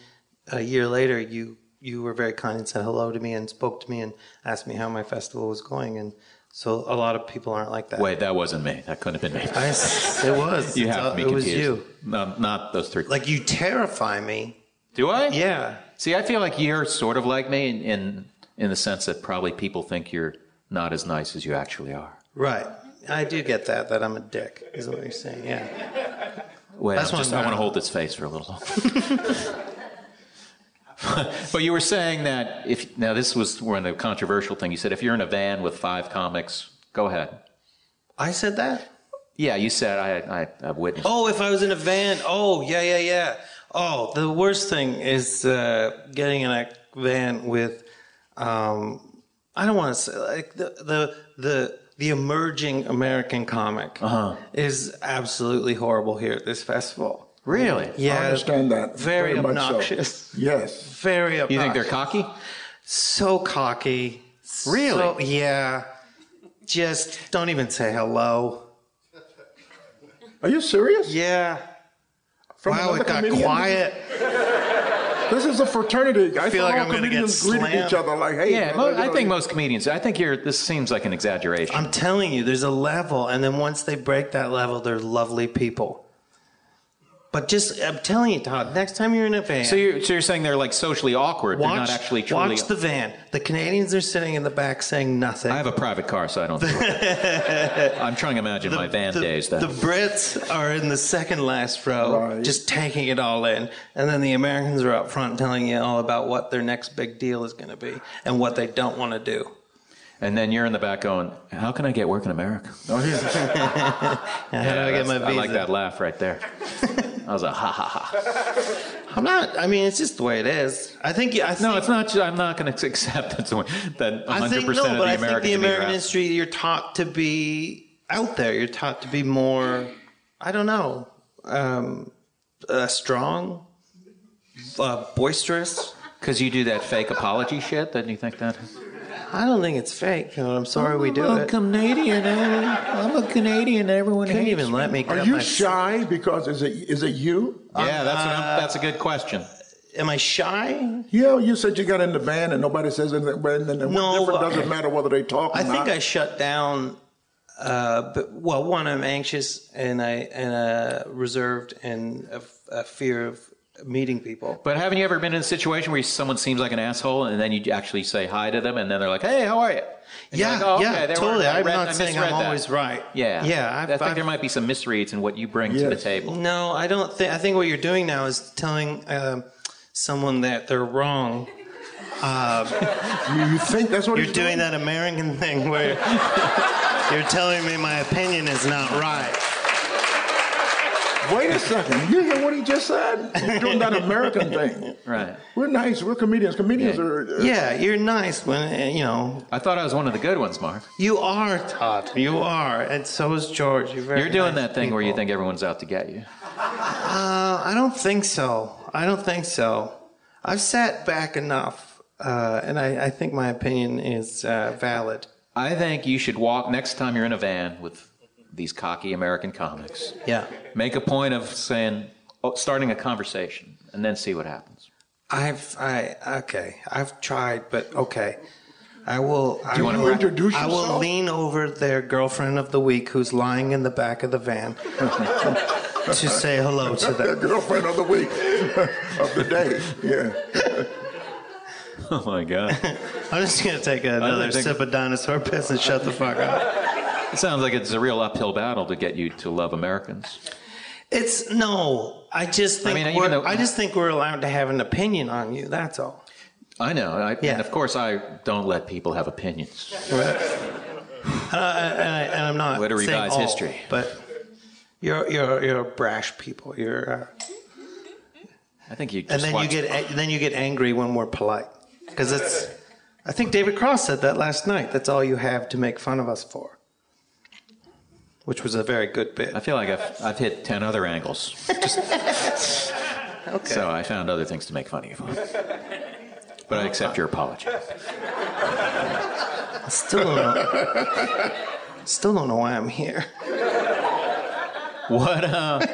Speaker 9: a year later, you you were very kind and said hello to me and spoke to me and asked me how my festival was going, and so a lot of people aren't like that.
Speaker 7: Wait, that wasn't me. That couldn't have been me.
Speaker 9: I s- it was.
Speaker 7: you
Speaker 9: It's
Speaker 7: have
Speaker 9: all-
Speaker 7: me
Speaker 9: It
Speaker 7: confused.
Speaker 9: was you.
Speaker 7: No, not those three.
Speaker 9: Like you terrify me.
Speaker 7: do I?
Speaker 9: Yeah.
Speaker 7: See, I feel like you're sort of like me in in, in the sense that probably people think you're not as nice as you actually are.
Speaker 9: Right. I do get that, that I'm a dick, is what you're saying. Yeah.
Speaker 7: Wait,
Speaker 9: That's
Speaker 7: I'm
Speaker 9: what
Speaker 7: just,
Speaker 9: I'm
Speaker 7: I want to
Speaker 9: not-
Speaker 7: hold this face for a little longer. but you were saying that if now this was we're in the controversial thing. You said if you're in a van with five comics, go ahead.
Speaker 9: I said that?
Speaker 7: Yeah, you said I I, I witnessed.
Speaker 9: Oh, if I was in a van. Oh, yeah, yeah, yeah. Oh, the worst thing is uh, getting in a van with, um, I don't want to say, like, the, the, the, the emerging American comic
Speaker 7: Uh-huh.
Speaker 9: is absolutely horrible here at this festival.
Speaker 7: really?
Speaker 9: Yeah,
Speaker 5: I understand that.
Speaker 9: Very,
Speaker 5: much so.
Speaker 9: obnoxious.
Speaker 5: Yes.
Speaker 9: Very obnoxious.
Speaker 7: You think they're cocky?
Speaker 9: so cocky.
Speaker 7: Really?
Speaker 9: So, yeah. Just don't even say hello.
Speaker 5: Are you serious?
Speaker 9: Yeah.
Speaker 5: From
Speaker 9: wow,
Speaker 5: another
Speaker 9: it got
Speaker 5: comedian?
Speaker 9: quiet.
Speaker 5: This is a fraternity. I,
Speaker 9: feel
Speaker 5: thought
Speaker 9: like
Speaker 5: all
Speaker 9: I'm gonna get
Speaker 5: comedians greeted
Speaker 9: slammed.
Speaker 5: each other like, hey.
Speaker 7: Yeah,
Speaker 5: brother,
Speaker 7: mo-
Speaker 5: you
Speaker 7: I
Speaker 5: know,
Speaker 7: think most comedians. I think you're. This seems like an exaggeration.
Speaker 9: I'm telling you, there's a level, and then once they break that level, they're lovely people. But just, I'm telling you, Todd, next time you're in a van,
Speaker 7: so you're so you're saying they're like socially awkward.
Speaker 9: watch,
Speaker 7: they're not actually truly.
Speaker 9: watch the van. The Canadians are sitting in the back saying nothing.
Speaker 7: I have a private car, so I don't. do it. I'm trying to imagine my van
Speaker 9: the,
Speaker 7: days. Though.
Speaker 9: the Brits are in the second last row,
Speaker 5: Right.
Speaker 9: just taking it all in, and then the Americans are up front telling you all about what their next big deal is going to be and what they don't want to do.
Speaker 7: and then you're in the back going, "How can I get work in America?"
Speaker 9: Oh, And how do I get my
Speaker 7: That's-
Speaker 9: visa?
Speaker 7: I like that laugh right there. I was like, "Ha ha ha."
Speaker 9: I'm not. I mean, it's just the way it is. I think. I think
Speaker 7: No, it's not. I'm not going to accept that. someone- That 100%
Speaker 9: I think no,
Speaker 7: of the
Speaker 9: but I
Speaker 7: Americans
Speaker 9: think the
Speaker 7: in
Speaker 9: American
Speaker 7: Iraq-
Speaker 9: industry, you're taught to be out there. You're taught to be more. I don't know. Um, uh, strong, uh, boisterous.
Speaker 7: Because you do that fake apology shit, then you think that.
Speaker 9: I don't think it's fake. You know, I'm eh? sorry we do it.
Speaker 7: Canadian. I'm a Canadian. Everyone
Speaker 9: Couldn't even let me.
Speaker 5: Are
Speaker 9: get
Speaker 5: you
Speaker 9: my-
Speaker 5: shy because is it is it you?
Speaker 7: Yeah, that's what I'm, that's a good question.
Speaker 9: Am I shy?
Speaker 5: Yeah, you said you got in the van and nobody says anything. But then it
Speaker 9: No,
Speaker 5: different
Speaker 9: but-
Speaker 5: doesn't matter whether they talk. Or
Speaker 9: I think
Speaker 5: not.
Speaker 9: I shut down Uh, but well, one, I'm anxious and I and uh, reserved and a, f- a fear of meeting people.
Speaker 7: But haven't you ever been in a situation where someone seems like an asshole and then you actually say hi to them and then they're like, hey, how are you? And you're
Speaker 9: Yeah,
Speaker 7: like, "Oh,
Speaker 9: yeah,
Speaker 7: okay, they were-
Speaker 9: totally.
Speaker 7: I
Speaker 9: I'm
Speaker 7: read-
Speaker 9: not
Speaker 7: I
Speaker 9: saying
Speaker 7: misread
Speaker 9: I'm
Speaker 7: that."
Speaker 9: always right.
Speaker 7: Yeah.
Speaker 9: Yeah,
Speaker 7: i
Speaker 9: I've-
Speaker 7: think
Speaker 9: I've-
Speaker 7: there might be some misreads in what you bring to the table.
Speaker 9: No, I don't think. I think what you're doing now is telling um someone that they're wrong. Um,
Speaker 10: you think that's what
Speaker 9: you're
Speaker 10: he's
Speaker 9: doing? That American thing where you're telling me my opinion is not right.
Speaker 10: Wait a second. You hear what he just said? He's doing that American thing.
Speaker 7: Right.
Speaker 10: We're nice. We're comedians. Comedians
Speaker 7: Yeah.
Speaker 10: are. Uh,
Speaker 9: Yeah, you're nice when uh, you know
Speaker 7: I thought I was one of the good ones, Mark.
Speaker 9: you are Todd. You are, and so is George. You're, very
Speaker 7: You're doing
Speaker 9: nice
Speaker 7: that thing where you
Speaker 9: people.
Speaker 7: think everyone's out to get you.
Speaker 9: Uh, I don't think so. I don't think so. I've sat back enough, uh, and I, I think my opinion is uh, valid.
Speaker 7: I think you should walk next time you're in a van with these cocky American comics.
Speaker 9: Yeah.
Speaker 7: Make a point of saying, oh, starting a conversation, and then see what happens.
Speaker 9: I've I okay. I've tried, but okay. I will. I
Speaker 10: you wanna
Speaker 9: will-
Speaker 10: introduce
Speaker 9: I will
Speaker 10: yourself?
Speaker 9: lean over their girlfriend of the week, who's lying in the back of the van, to say hello to
Speaker 10: That
Speaker 9: them.
Speaker 10: girlfriend of the week, of the day. Yeah.
Speaker 7: Oh my God!
Speaker 9: I'm just gonna take another
Speaker 7: think-
Speaker 9: sip of dinosaur piss and shut the fuck up.
Speaker 7: it sounds like it's a real uphill battle to get you to love Americans.
Speaker 9: It's no. I just
Speaker 7: I
Speaker 9: think. I,
Speaker 7: mean, even
Speaker 9: we're,
Speaker 7: though-
Speaker 9: I just think we're allowed to have an opinion on you. That's all.
Speaker 7: I know. I,
Speaker 9: Yeah.
Speaker 7: And of course, I don't let people have opinions.
Speaker 9: Uh, And, I, and, I, and I'm not.
Speaker 7: Way to
Speaker 9: saying
Speaker 7: revise
Speaker 9: all,
Speaker 7: history.
Speaker 9: But you're you're you're brash people. You're. Uh,
Speaker 7: I think you. Just
Speaker 9: and then you
Speaker 7: watch-
Speaker 9: get then you get angry when we're polite because it's i think david cross said that last night that's all you have to make fun of us for which was a very good bit
Speaker 7: I feel like I've, I've hit ten other angles. Just-
Speaker 9: okay
Speaker 7: So I found other things to make fun of you for. But I accept your apology.
Speaker 9: still don't know still don't know why i'm here
Speaker 7: What? Uh,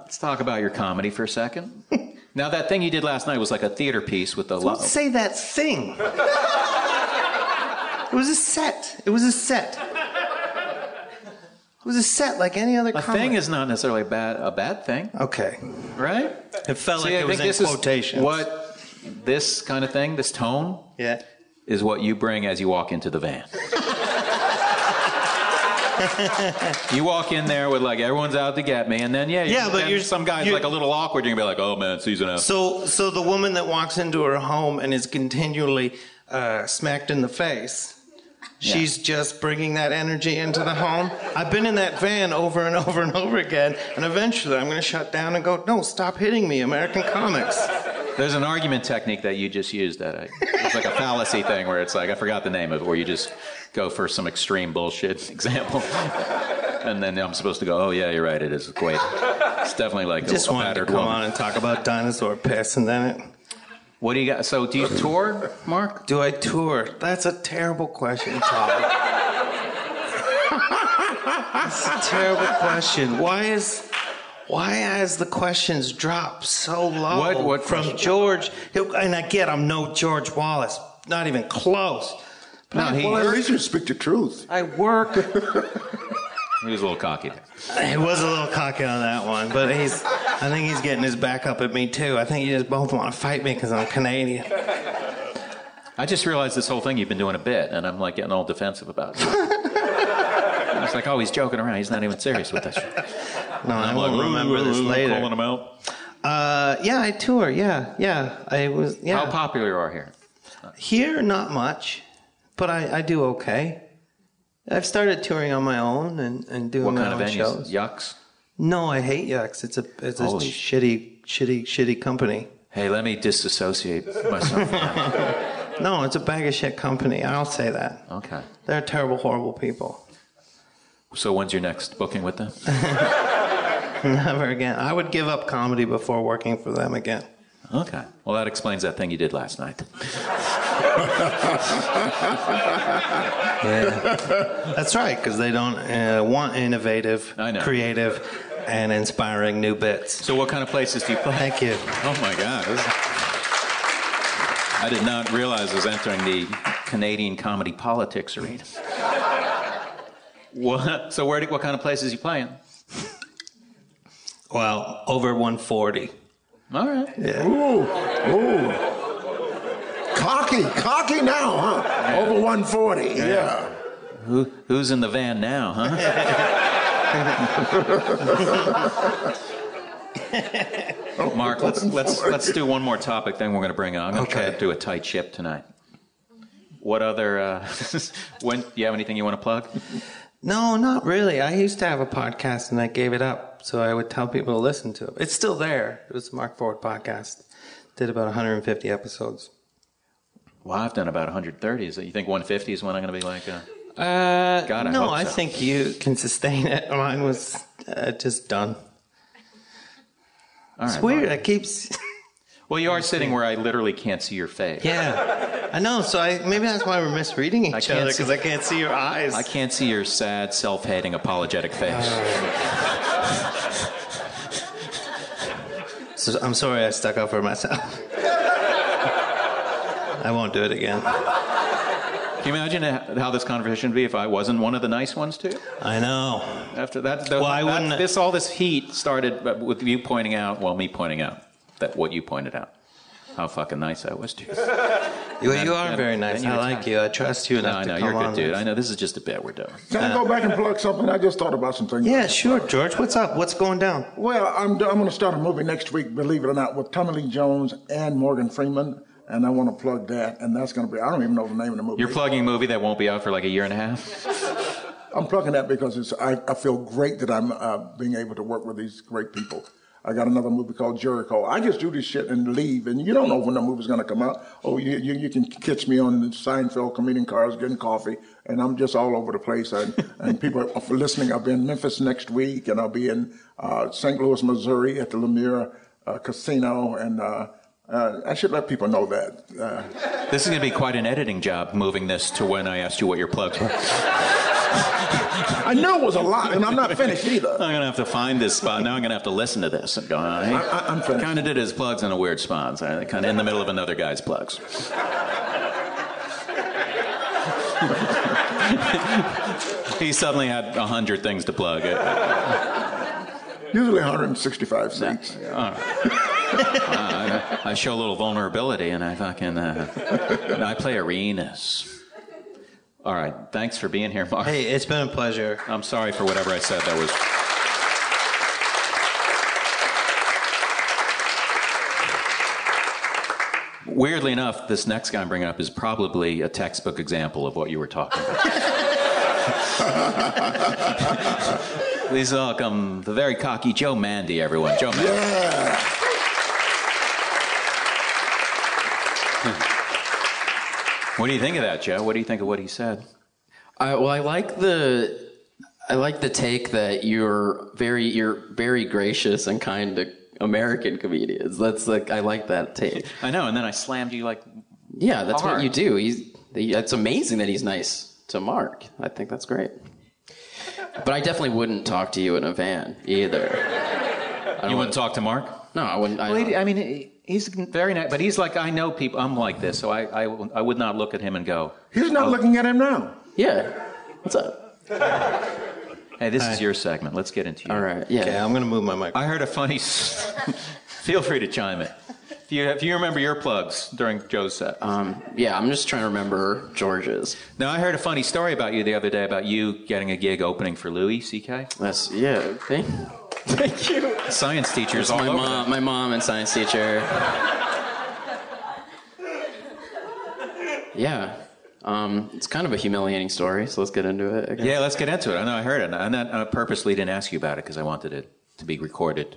Speaker 7: let's talk about your comedy for a second. Now that thing you did last night was like a theater piece with a
Speaker 9: don't
Speaker 7: lot.
Speaker 9: say that thing it was a set it was a set it was a set like any other
Speaker 7: A
Speaker 9: comic.
Speaker 7: thing is not necessarily a bad a bad thing,
Speaker 9: okay
Speaker 7: right?
Speaker 9: it felt
Speaker 7: See,
Speaker 9: like
Speaker 7: I
Speaker 9: it was
Speaker 7: think
Speaker 9: in
Speaker 7: this is
Speaker 9: quotations
Speaker 7: What this kind of thing, this tone,
Speaker 9: yeah
Speaker 7: is what you bring as you walk into the van. you walk in there with like everyone's out to get me, and then yeah,
Speaker 9: Yeah, but
Speaker 7: then
Speaker 9: you're-
Speaker 7: some guy's
Speaker 9: you're-
Speaker 7: like a little awkward. You're gonna be like, oh man, season out.
Speaker 9: So, so the woman that walks into her home and is continually uh, smacked in the face, she's just bringing that energy into the home. I've been in that van over and over and over again, and eventually I'm going to shut down and go, "No, stop hitting me, American comics."
Speaker 7: There's an argument technique that you just used that I, it's like a fallacy thing where it's like I forgot the name of it, where you just go for some extreme bullshit example, and then I'm supposed to go, oh yeah, you're right, it is quite. It's definitely like a-
Speaker 9: Just
Speaker 7: a,
Speaker 9: wanted to
Speaker 7: battered
Speaker 9: come
Speaker 7: woman.
Speaker 9: on and talk about dinosaur piss, and then it.
Speaker 7: What do you got? So do you tour, Mark?
Speaker 9: Do I tour? That's a terrible question, Todd. That's a terrible question. Why is why has the questions dropped so low
Speaker 7: What- what
Speaker 9: from
Speaker 7: question?
Speaker 9: George? And again, I'm no George Wallace, not even close. But
Speaker 7: No,
Speaker 9: I,
Speaker 7: he-
Speaker 10: Well, at
Speaker 9: work,
Speaker 10: least you speak the truth.
Speaker 9: I work.
Speaker 7: He was a little cocky. there.
Speaker 9: He was a little cocky on that one, but he's. I think he's getting his back up at me too. I think you just both want to fight me because I'm Canadian.
Speaker 7: I just realized this whole thing you've been doing a bit, and I'm like getting all defensive about it. It's like, oh, he's joking around. He's not even serious with this.
Speaker 9: No, I won't remember this later.
Speaker 7: Calling him out.
Speaker 9: Uh, yeah, I tour. Yeah, yeah. I was yeah.
Speaker 7: How popular are here?
Speaker 9: Here, not much, but I, I do okay. I've started touring on my own and, and doing
Speaker 7: What
Speaker 9: my
Speaker 7: kind of
Speaker 9: own
Speaker 7: venues?
Speaker 9: shows.
Speaker 7: Yucks.
Speaker 9: No, I hate Yucks. It's a it's a
Speaker 7: Holy
Speaker 9: shitty, shitty, shitty company.
Speaker 7: Hey, let me disassociate myself.
Speaker 9: No, it's a bag of shit company. I'll say that.
Speaker 7: okay.
Speaker 9: They're terrible, horrible people.
Speaker 7: So when's your next booking with them?
Speaker 9: Never again. I would give up comedy before working for them again.
Speaker 7: Okay. Well, that explains that thing you did last night.
Speaker 9: That's right, because they don't uh, want innovative,
Speaker 7: I know.
Speaker 9: creative, and inspiring new bits.
Speaker 7: So what kind of places do you play?
Speaker 9: Thank you.
Speaker 7: Oh my God. this is- I did not realize I was entering the Canadian comedy politics arena. What? So where? do- What kind of places you playing?
Speaker 11: Well, over 140.
Speaker 7: All right.
Speaker 11: Yeah.
Speaker 5: Ooh, ooh. Cocky, cocky now, huh? Over 140, yeah.
Speaker 7: Who, who's in the van now, huh? Mark, let's let's let's do one more topic. Then we're going to bring it. on. I'm going to try
Speaker 11: Okay.
Speaker 7: to do a tight ship tonight. What other? Uh, when do you have anything you want to plug?
Speaker 11: No, not really. I used to have a podcast and I gave it up. So I would tell people to listen to it. It's still there. It was the Mark Ford podcast. Did about 150 episodes.
Speaker 7: Well, I've done about 130. Is that you think 150 is when I'm going to be like? Uh,
Speaker 11: Uh,
Speaker 7: God, I
Speaker 11: no,
Speaker 7: hope
Speaker 11: I
Speaker 7: so.
Speaker 11: think you can sustain it. Mine was uh, just done.
Speaker 7: all
Speaker 11: It's
Speaker 7: right,
Speaker 11: weird.
Speaker 7: Mark.
Speaker 11: It keeps.
Speaker 7: Well, you are sitting where I literally can't see your face.
Speaker 11: Yeah, I know. So I maybe that's why we're misreading each
Speaker 7: I
Speaker 11: other
Speaker 7: can't
Speaker 11: 'cause other because I
Speaker 7: see-
Speaker 11: can't see your eyes.
Speaker 7: I can't see your sad, self-hating, apologetic face.
Speaker 11: So I'm sorry I stuck up for myself. I won't do it again.
Speaker 7: Can you imagine how this conversation would be if I wasn't one of the nice ones too?
Speaker 11: I know.
Speaker 7: After that, the,
Speaker 11: Well, I
Speaker 7: that-
Speaker 11: wouldn't-
Speaker 7: This all this heat started uh, with you pointing out, well, me pointing out that what you pointed out, how fucking nice I was to you.
Speaker 11: You,
Speaker 7: Then-
Speaker 11: you are
Speaker 7: then-
Speaker 11: very
Speaker 7: then
Speaker 11: nice.
Speaker 7: you
Speaker 11: I
Speaker 7: attack.
Speaker 11: like you. I trust you
Speaker 7: No,
Speaker 11: enough
Speaker 7: I
Speaker 11: to
Speaker 7: know
Speaker 11: come
Speaker 7: you're
Speaker 11: on
Speaker 7: a good dude.
Speaker 11: this.
Speaker 7: I know this is just a bit we're doing.
Speaker 5: Can I
Speaker 9: Uh,
Speaker 5: go back and plug something? I just thought about some things.
Speaker 11: Yeah, sure, George. What's up? What's going down?
Speaker 5: Well, I'm, do- I'm going to start a movie next week, believe it or not, with Tommy Lee Jones and Morgan Freeman, and I want to plug that, and that's going to be, I don't even know the name of the movie.
Speaker 7: You're plugging a movie that won't be out for like a year and a half.
Speaker 5: I'm plugging that because it's, I, I feel great that I'm uh, being able to work with these great people. I got another movie called Jericho. I just do this shit and leave, and you don't know when the movie's gonna come out. Oh, you, you, you can catch me on Seinfeld, commuting cars, getting coffee, and I'm just all over the place. And, and people are listening. I'll be in Memphis next week, and I'll be in uh, St. Louis, Missouri, at the Lemire uh, Casino. And uh, uh, I should let people know that. Uh,
Speaker 7: This is going to be quite an editing job moving this to when I asked you what your plugs were.
Speaker 5: I know it was a lot, and I'm not finished either.
Speaker 7: I'm gonna have to find this spot now. I'm gonna have to listen to this and go.
Speaker 5: I- I'm finished.
Speaker 7: kind of did his plugs in a weird spot. So kind of in the middle of another guy's plugs. he suddenly had a hundred things to plug. Uh,
Speaker 5: Usually 165 seats.
Speaker 7: I, I show a little vulnerability, and I fucking uh, I play arenas. All right, thanks for being here, Mark.
Speaker 11: Hey, it's been a pleasure.
Speaker 7: I'm sorry for whatever I said. That was. Weirdly enough, this next guy I'm bringing up is probably a textbook example of what you were talking about. Please welcome the very cocky Joe Mandy, everyone. Joe Mandy. What do you think of that, Joe? What do you think of what he said?
Speaker 9: I, Uh, well, I like the I like the take that you're very you're very gracious and kind to American comedians. That's like I like that take.
Speaker 7: I know, and then I slammed you like
Speaker 9: Yeah, that's
Speaker 7: Hard.
Speaker 9: what you do. He's it's amazing that he's nice to Mark. I think that's great. But I definitely wouldn't talk to you in a van either.
Speaker 7: You want to talk to Mark?
Speaker 9: No, I wouldn't. I,
Speaker 7: Well, he, I mean, he- he's very nice, but he's like, I know people. I'm like this, so I, I, I would not look at him and go,
Speaker 5: He's not looking at him now.
Speaker 9: yeah. What's up?
Speaker 7: "Hey, this is your segment. Let's get into you."
Speaker 9: All right. Yeah.
Speaker 11: Okay, I'm gonna move my mic.
Speaker 7: I heard a funny. s- Feel free to chime in. If you, if you remember your plugs during Joe's set.
Speaker 9: Um, yeah. I'm just trying to remember George's.
Speaker 7: now I heard a funny story about you the other day about you getting a gig opening for Louis C.K.
Speaker 9: That's yeah. Thank, thank you.
Speaker 7: Science teachers
Speaker 9: It's
Speaker 7: all
Speaker 9: my
Speaker 7: over.
Speaker 9: mom, my mom and science teacher. yeah. Um, it's kind of a humiliating story, so let's get into it. I guess.
Speaker 7: Yeah, let's get into it. I know I heard it, and I, I purposely didn't ask you about it because I wanted it to be recorded.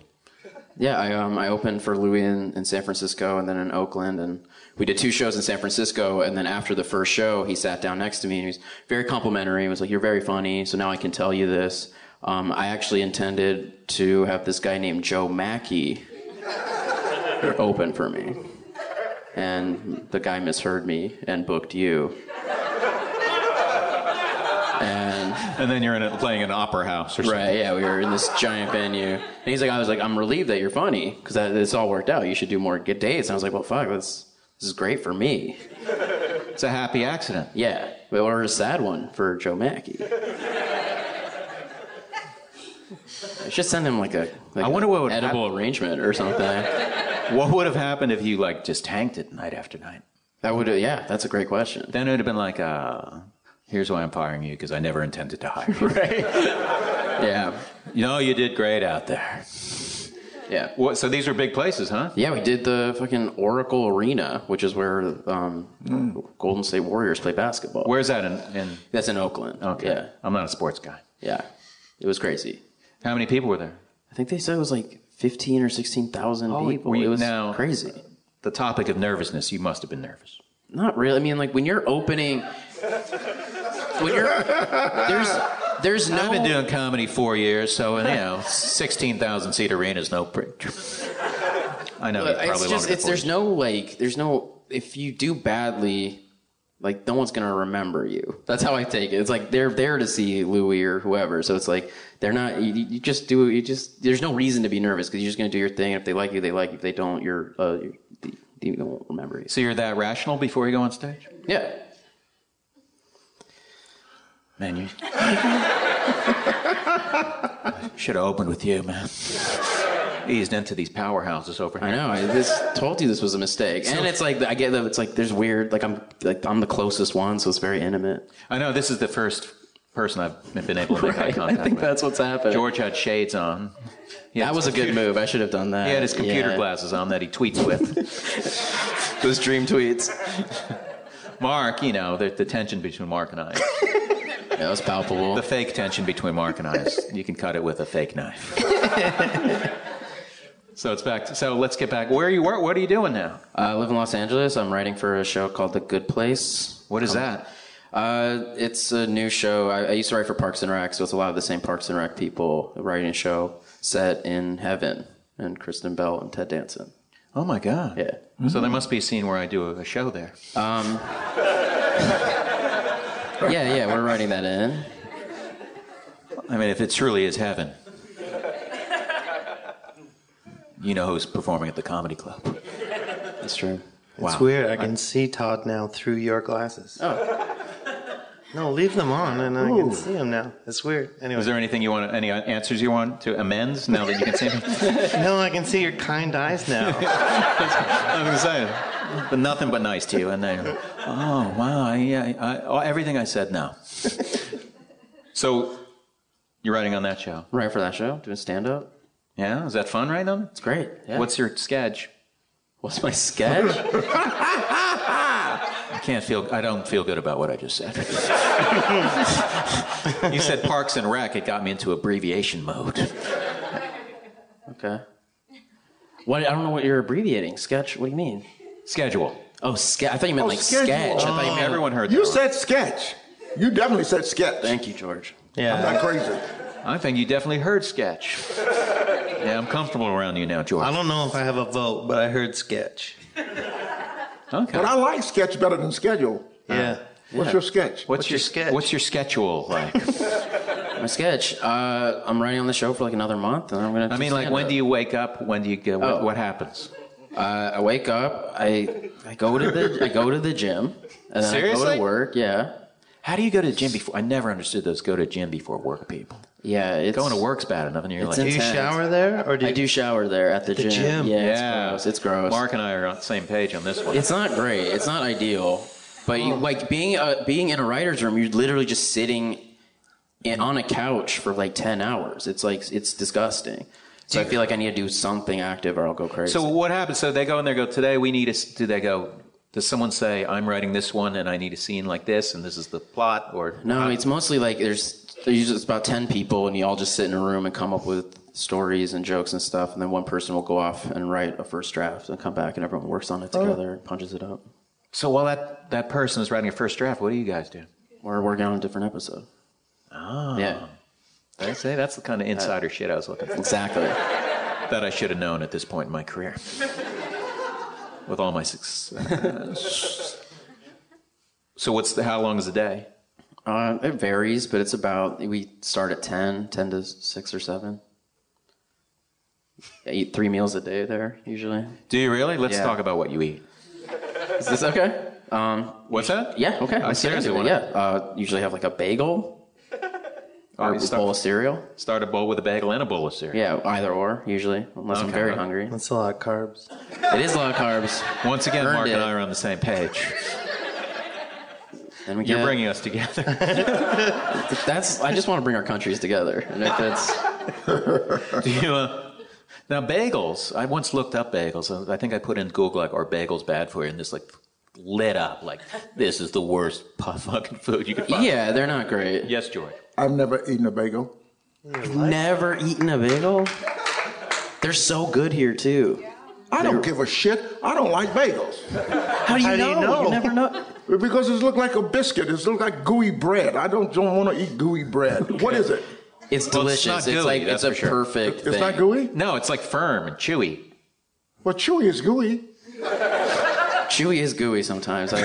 Speaker 9: Yeah, I, um, I opened for Louis in, in San Francisco and then in Oakland, and we did two shows in San Francisco. And then after the first show, he sat down next to me and he was very complimentary. He was like, "You're very funny, so now I can tell you this." Um, I actually intended to have this guy named Joe Mackey open for me, and the guy misheard me and booked you. And
Speaker 7: And then you're in a, playing an opera house or something.
Speaker 9: Right, yeah, we were in this giant venue. And he's like, I was like, I'm relieved that you're funny because this all worked out. You should do more good dates. And I was like, well, fuck, this, this is great for me.
Speaker 7: It's a happy accident.
Speaker 9: Yeah, but or a sad one for Joe Mackey. I should send him like a like
Speaker 7: I wonder
Speaker 9: a
Speaker 7: what would
Speaker 9: edible
Speaker 7: hap-
Speaker 9: arrangement or something.
Speaker 7: what would have happened if you like just tanked it night after night?
Speaker 9: That would, yeah, that's a great question.
Speaker 7: Then it would have been like, uh, here's why I'm firing you because I never intended to hire you. right?
Speaker 9: yeah.
Speaker 7: You know, you did great out there.
Speaker 9: Yeah.
Speaker 7: What, so these were big places, huh?
Speaker 9: Yeah, we did the fucking Oracle Arena, which is where um, Golden State Warriors play basketball.
Speaker 7: Where's that in? in
Speaker 9: That's in Oakland.
Speaker 7: okay.
Speaker 9: Yeah.
Speaker 7: I'm not a sports guy.
Speaker 9: Yeah. It was crazy.
Speaker 7: How many people were there?
Speaker 9: I think they said it was like 15 or 16,000
Speaker 7: Oh,
Speaker 9: people.
Speaker 7: were you-
Speaker 9: it was
Speaker 7: now-
Speaker 9: crazy.
Speaker 7: The topic of nervousness. You must have been nervous.
Speaker 9: Not really. I mean, like when you're opening, when you're there's there's no
Speaker 7: I've been doing comedy four years, so you know, sixteen thousand seat arena is no. Pr- I know. you
Speaker 9: But
Speaker 7: probably
Speaker 9: it's
Speaker 7: won't
Speaker 9: just
Speaker 7: get
Speaker 9: it's there's
Speaker 7: bored.
Speaker 9: no like there's no if you do badly like no one's gonna remember you that's how i take it it's like they're there to see louis or whoever so it's like they're not you, you just do you just there's no reason to be nervous because you're just gonna do your thing and if they like you they like you if they don't you're uh you they, they won't remember you
Speaker 7: So you're that rational before you go on stage?
Speaker 9: yeah
Speaker 7: Man, you should have opened with you, man. Eased into these powerhouses over here.
Speaker 9: I know. I just told you this was a mistake, and it's like I get that it's like there's weird. Like I'm like I'm the closest one, so it's very intimate.
Speaker 7: I know. This is the first person I've been able to make eye
Speaker 9: Right, I
Speaker 7: contact
Speaker 9: think
Speaker 7: with.
Speaker 9: that's what's happened.
Speaker 7: George had shades on. He had
Speaker 9: That
Speaker 7: his
Speaker 9: was a good
Speaker 7: computer-
Speaker 9: move. I should have done that.
Speaker 7: He had his computer
Speaker 9: Yeah.
Speaker 7: glasses on that he tweets with.
Speaker 9: Those dream tweets.
Speaker 7: Mark, you know, the, the tension between Mark and I.
Speaker 9: Yeah, that was palpable.
Speaker 7: The fake tension between Mark and I is you can cut it with a fake knife. so it's back. To, so let's get back. Where you were? What are you doing now?
Speaker 9: I live in Los Angeles. I'm writing for a show called The Good Place.
Speaker 7: What is that?
Speaker 9: Uh, it's a new show. I, I used to write for Parks and Rec, so it's a lot of the same Parks and Rec people writing a show set in heaven. And Kristen Bell and Ted Danson.
Speaker 7: Oh my God.
Speaker 9: Yeah.
Speaker 7: So there must be a scene where I do a, a show there.
Speaker 9: Yeah, yeah, we're writing that in.
Speaker 7: I mean, if it truly is heaven, you know who's performing at the comedy club.
Speaker 9: That's true.
Speaker 7: Wow.
Speaker 12: It's weird. I can see Todd now through your glasses. Oh. No, leave them on, and I can see him now. It's weird. Anyway,
Speaker 7: Is there anything you want? Any answers you want to amends now that you can see me?
Speaker 12: no, I can see your kind eyes now.
Speaker 7: I'm excited. But nothing but nice to you. And then, oh wow, I, I, I, oh, everything I said now. So, you're writing on that show,
Speaker 9: Writing for that show, doing stand up.
Speaker 7: yeah? Is that fun right now?
Speaker 9: It's great. Yeah.
Speaker 7: What's your sketch?
Speaker 9: what's my sketch?
Speaker 7: I can't feel. I don't feel good about what I just said. you said Parks and Rec. It got me into abbreviation mode.
Speaker 9: okay. What I don't know what you're abbreviating. Sketch? What do you mean?
Speaker 7: Schedule.
Speaker 9: Oh, sketch. I thought you meant
Speaker 5: Oh,
Speaker 9: like
Speaker 5: schedule.
Speaker 9: sketch. I thought you
Speaker 7: Oh,
Speaker 9: meant
Speaker 7: everyone heard
Speaker 5: You
Speaker 7: that.
Speaker 5: said sketch. You definitely said sketch.
Speaker 9: Thank you, George.
Speaker 5: I'm
Speaker 12: Yeah.
Speaker 5: not crazy.
Speaker 7: I think you definitely heard sketch. yeah, I'm comfortable around you now, George.
Speaker 12: I don't know if I have a vote, but I heard sketch.
Speaker 7: Okay.
Speaker 5: But I like sketch better than schedule.
Speaker 12: Yeah.
Speaker 5: What's your sketch?
Speaker 7: what's,
Speaker 12: your sketch?
Speaker 7: What's your schedule like?
Speaker 9: My sketch. Uh, I'm writing on the show for like another month, and I'm gonna.
Speaker 7: I mean, like, when do you wake up? When do you go? What,
Speaker 9: Oh.
Speaker 7: what happens?
Speaker 9: Uh, I wake up. I I go to the I go to the gym. And then I go
Speaker 7: Seriously?
Speaker 9: to work. Yeah.
Speaker 7: How do you go to the gym before? I never understood those go to the gym before work people.
Speaker 9: Yeah. It's,
Speaker 7: Going to work's bad enough, and you're
Speaker 9: It's
Speaker 7: like,
Speaker 12: Do you
Speaker 9: intense.
Speaker 12: shower there, or do you?
Speaker 9: I do shower there at the, gym.
Speaker 12: gym.
Speaker 9: Yeah.
Speaker 7: Yeah.
Speaker 9: It's gross. It's gross.
Speaker 7: Mark and I are on the same page on this one.
Speaker 9: It's not great. It's not ideal. But you, like being uh, being in a writer's room, you're literally just sitting in, on a couch for like ten hours. It's like it's disgusting. So I feel like I need to do something active, or I'll go crazy.
Speaker 7: so what happens? So they go in there. Go today. We need a. s- Do they go? Does someone say I'm writing this one and I need a scene like this and this is the plot? Or
Speaker 9: No, it's mostly like there's there's just about ten people, and you all just sit in a room and come up with stories and jokes and stuff, and then one person will go off and write a first draft and come back, and everyone works on it together and punches it up.
Speaker 7: so while that that person is writing a first draft, what do you guys do?
Speaker 9: We're working on a different episode.
Speaker 7: Oh,
Speaker 9: Yeah,
Speaker 7: I say that's the kind of insider shit I was looking for.
Speaker 9: exactly.
Speaker 7: that I should have known at this point in my career. With all my success. so what's the, how long is the day?
Speaker 9: Uh, it varies, but it's about we start at 10, 10 to six or seven. I eat three meals a day there usually.
Speaker 7: Do you really? Let's
Speaker 9: Yeah.
Speaker 7: talk about what you eat.
Speaker 9: Is this okay? Um,
Speaker 7: What's that?
Speaker 9: Yeah, okay.
Speaker 7: I
Speaker 9: let's get
Speaker 7: Uh, seriously
Speaker 9: into it,
Speaker 7: want
Speaker 9: Yeah. Uh, usually have like a bagel. Or a bowl of cereal?
Speaker 7: Start a bowl with a bagel and a bowl of cereal.
Speaker 9: Yeah, either or, usually, unless I'm
Speaker 7: Okay.
Speaker 9: very hungry.
Speaker 10: That's a lot of carbs.
Speaker 9: It is a lot of carbs.
Speaker 7: Once again,
Speaker 9: Earned
Speaker 7: Mark
Speaker 9: it.
Speaker 7: and I are on the same page.
Speaker 9: Then we
Speaker 7: You're
Speaker 9: get-
Speaker 7: bringing us together.
Speaker 9: That's. I just want to bring our countries together. And if it's,
Speaker 7: Do you, uh, now, bagels. I once looked up bagels. and I think I put in Google, like, are bagels bad for you? And this, like, lit up. Like, this is the worst pu- fucking food you could find.
Speaker 9: yeah, they're not great.
Speaker 7: Yes, George.
Speaker 5: I've never eaten a bagel.
Speaker 9: I've never eaten a bagel. They're so good here too.
Speaker 5: I don't give a shit. I don't like bagels.
Speaker 9: How do you, know? You never know.
Speaker 5: Because it looked like a biscuit. It looked like gooey bread. I don't don't want to eat gooey bread. What is it?
Speaker 9: It's
Speaker 7: Well, it's
Speaker 9: delicious.
Speaker 7: not
Speaker 9: it's
Speaker 7: gooey,
Speaker 9: like
Speaker 7: that's
Speaker 9: it's a
Speaker 7: for sure.
Speaker 9: perfect.
Speaker 5: It's
Speaker 9: thing.
Speaker 5: not gooey.
Speaker 7: No, it's like firm and chewy.
Speaker 5: Well, chewy is gooey.
Speaker 9: Chewy is gooey sometimes. I, I,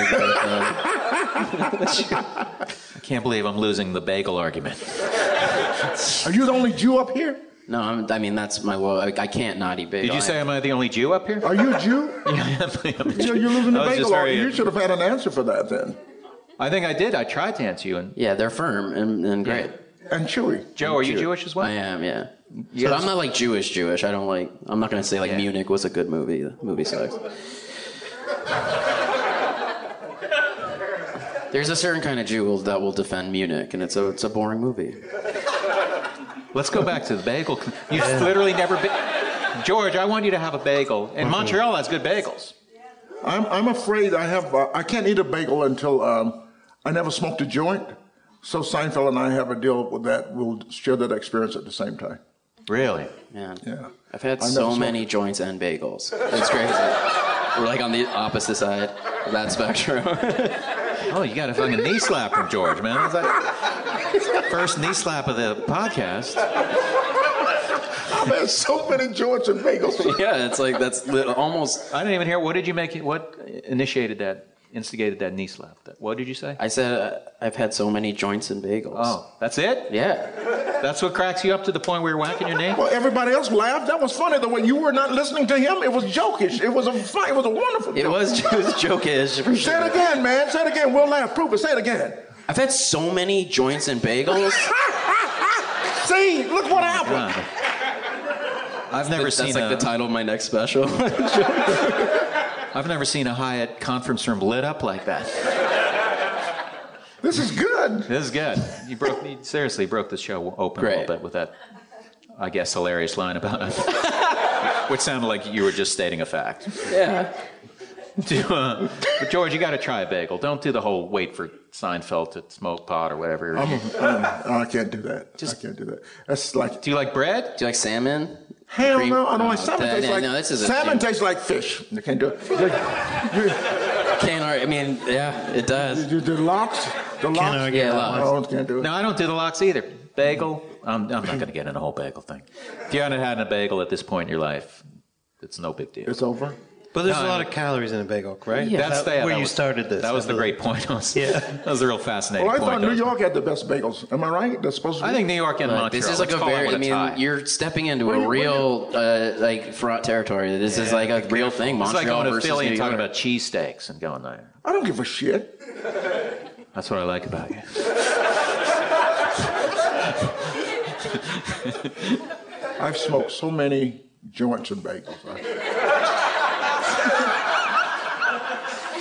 Speaker 7: I can't believe I'm losing the bagel argument.
Speaker 5: Are you the only Jew up here?
Speaker 9: no, I'm, I mean that's my. Well, I, I can't not eat bagel.
Speaker 7: Did you say am I the only Jew up here?
Speaker 5: Are you a Jew? You're, you're losing the
Speaker 7: I was
Speaker 5: bagel.
Speaker 7: just very-
Speaker 5: You should have had an answer for that then.
Speaker 7: I think I did. I tried to answer you. And
Speaker 9: Yeah, they're firm and, and great.
Speaker 5: And chewy.
Speaker 7: Joe, are you Jewish as well?
Speaker 9: I am, yeah. but I'm not like Jewish Jewish. I don't like. I'm not gonna say like
Speaker 7: Yeah.
Speaker 9: Munich was a good movie. The movie sucks. There's a certain kind of Jew will- that will defend Munich, and it's a it's a boring movie.
Speaker 7: Let's go back to the bagel. You've literally never been. George, I want you to have a bagel. And Montreal has good bagels.
Speaker 5: I'm, I'm afraid I have uh, I can't eat a bagel until um, I never smoked a joint. So Seinfeld and I have a deal with that. We'll share that experience at the same time.
Speaker 7: Really?
Speaker 9: Man,
Speaker 5: Yeah.
Speaker 9: I've had
Speaker 5: I never
Speaker 9: so
Speaker 5: smoked.
Speaker 9: many joints and bagels. It's crazy. We're like on the opposite side of that spectrum.
Speaker 7: Oh, you got a fucking knee slap from George, man. It's like- first knee slap of the podcast.
Speaker 5: I've had so many joints and bagels.
Speaker 9: yeah, it's like that's li- almost.
Speaker 7: I didn't even hear. What did you make? it- What initiated that? Instigated that knee slap? That- What did you say?
Speaker 9: I said uh, I've had so many joints and bagels.
Speaker 7: Oh, that's it?
Speaker 9: Yeah.
Speaker 7: That's what cracks you up to the point where you're whacking your knee?
Speaker 5: Well, everybody else laughed. That was funny. The way you were not listening to him, it was jokish. It was a fun, it was a wonderful.
Speaker 9: It
Speaker 5: joke.
Speaker 9: was, it was jokish. for
Speaker 5: Say it
Speaker 9: sure.
Speaker 5: again, man. Say it again. We'll laugh. Prove it. Say it again.
Speaker 9: I've had so many joints and bagels.
Speaker 5: See, look what happened.
Speaker 7: God. Oh I've never
Speaker 9: That's
Speaker 7: seen
Speaker 9: like
Speaker 7: a-
Speaker 9: the title of my next special.
Speaker 7: I've never seen a Hyatt conference room lit up like that.
Speaker 5: This is good.
Speaker 7: This is good. You broke you seriously broke the show open a
Speaker 9: Great.
Speaker 7: little bit with that, I guess, hilarious line about it, which sounded like you were just stating a fact.
Speaker 9: yeah.
Speaker 7: Do, uh, but George, you got to try a bagel. Don't do the whole wait for Seinfeld to smoke pot or whatever.
Speaker 5: I'm, I'm, oh, I can't do that. I can't do that. That's like
Speaker 7: do you like bread?
Speaker 9: Do you like salmon?
Speaker 5: Hell
Speaker 9: Cream-
Speaker 5: no, I don't like salmon.
Speaker 9: that-
Speaker 5: tastes
Speaker 9: yeah,
Speaker 5: like
Speaker 9: no, this is a
Speaker 5: salmon
Speaker 9: thing.
Speaker 5: tastes like fish. You can't do it.
Speaker 9: Can't argue. I mean, yeah, it
Speaker 5: You-
Speaker 9: does.
Speaker 5: you- the locks, the locks.
Speaker 10: argue
Speaker 9: Yeah, that
Speaker 5: I
Speaker 9: locks.
Speaker 5: don't- can't do it.
Speaker 7: No, I don't do the lox either. Bagel. I'm, I'm not going to get in a whole bagel thing. If you haven't had a bagel at this point in your life, it's no big deal.
Speaker 5: It's over.
Speaker 10: But there's a
Speaker 7: No,
Speaker 10: lot
Speaker 7: I-
Speaker 10: of calories in a bagel, right?
Speaker 9: Yeah.
Speaker 7: That's
Speaker 10: That-
Speaker 7: that-
Speaker 10: where
Speaker 7: that
Speaker 10: you
Speaker 7: was-
Speaker 10: started this.
Speaker 7: That was
Speaker 10: I
Speaker 7: the
Speaker 10: believe.
Speaker 7: great point. That was,
Speaker 10: Yeah.
Speaker 7: that was a real fascinating
Speaker 5: Well, Oh, I
Speaker 7: point.
Speaker 5: thought New
Speaker 7: That was-
Speaker 5: York had the best bagels. Am I right? That's supposed to.
Speaker 7: I
Speaker 5: be-
Speaker 7: think New York and Montreal.
Speaker 9: Like, this is like
Speaker 7: Let's
Speaker 9: a
Speaker 7: call that
Speaker 9: very.
Speaker 7: one
Speaker 9: I
Speaker 7: a
Speaker 9: mean,
Speaker 7: tie.
Speaker 9: you're stepping into a real uh, like fraught territory. This is like a real thing.
Speaker 7: It's
Speaker 9: Montreal
Speaker 7: like going to
Speaker 9: versus
Speaker 7: Philly
Speaker 9: New
Speaker 7: and talking
Speaker 9: York.
Speaker 7: about cheesesteaks and going there.
Speaker 5: I don't give a shit.
Speaker 7: That's what I like about you.
Speaker 5: I've smoked so many joints and bagels. I-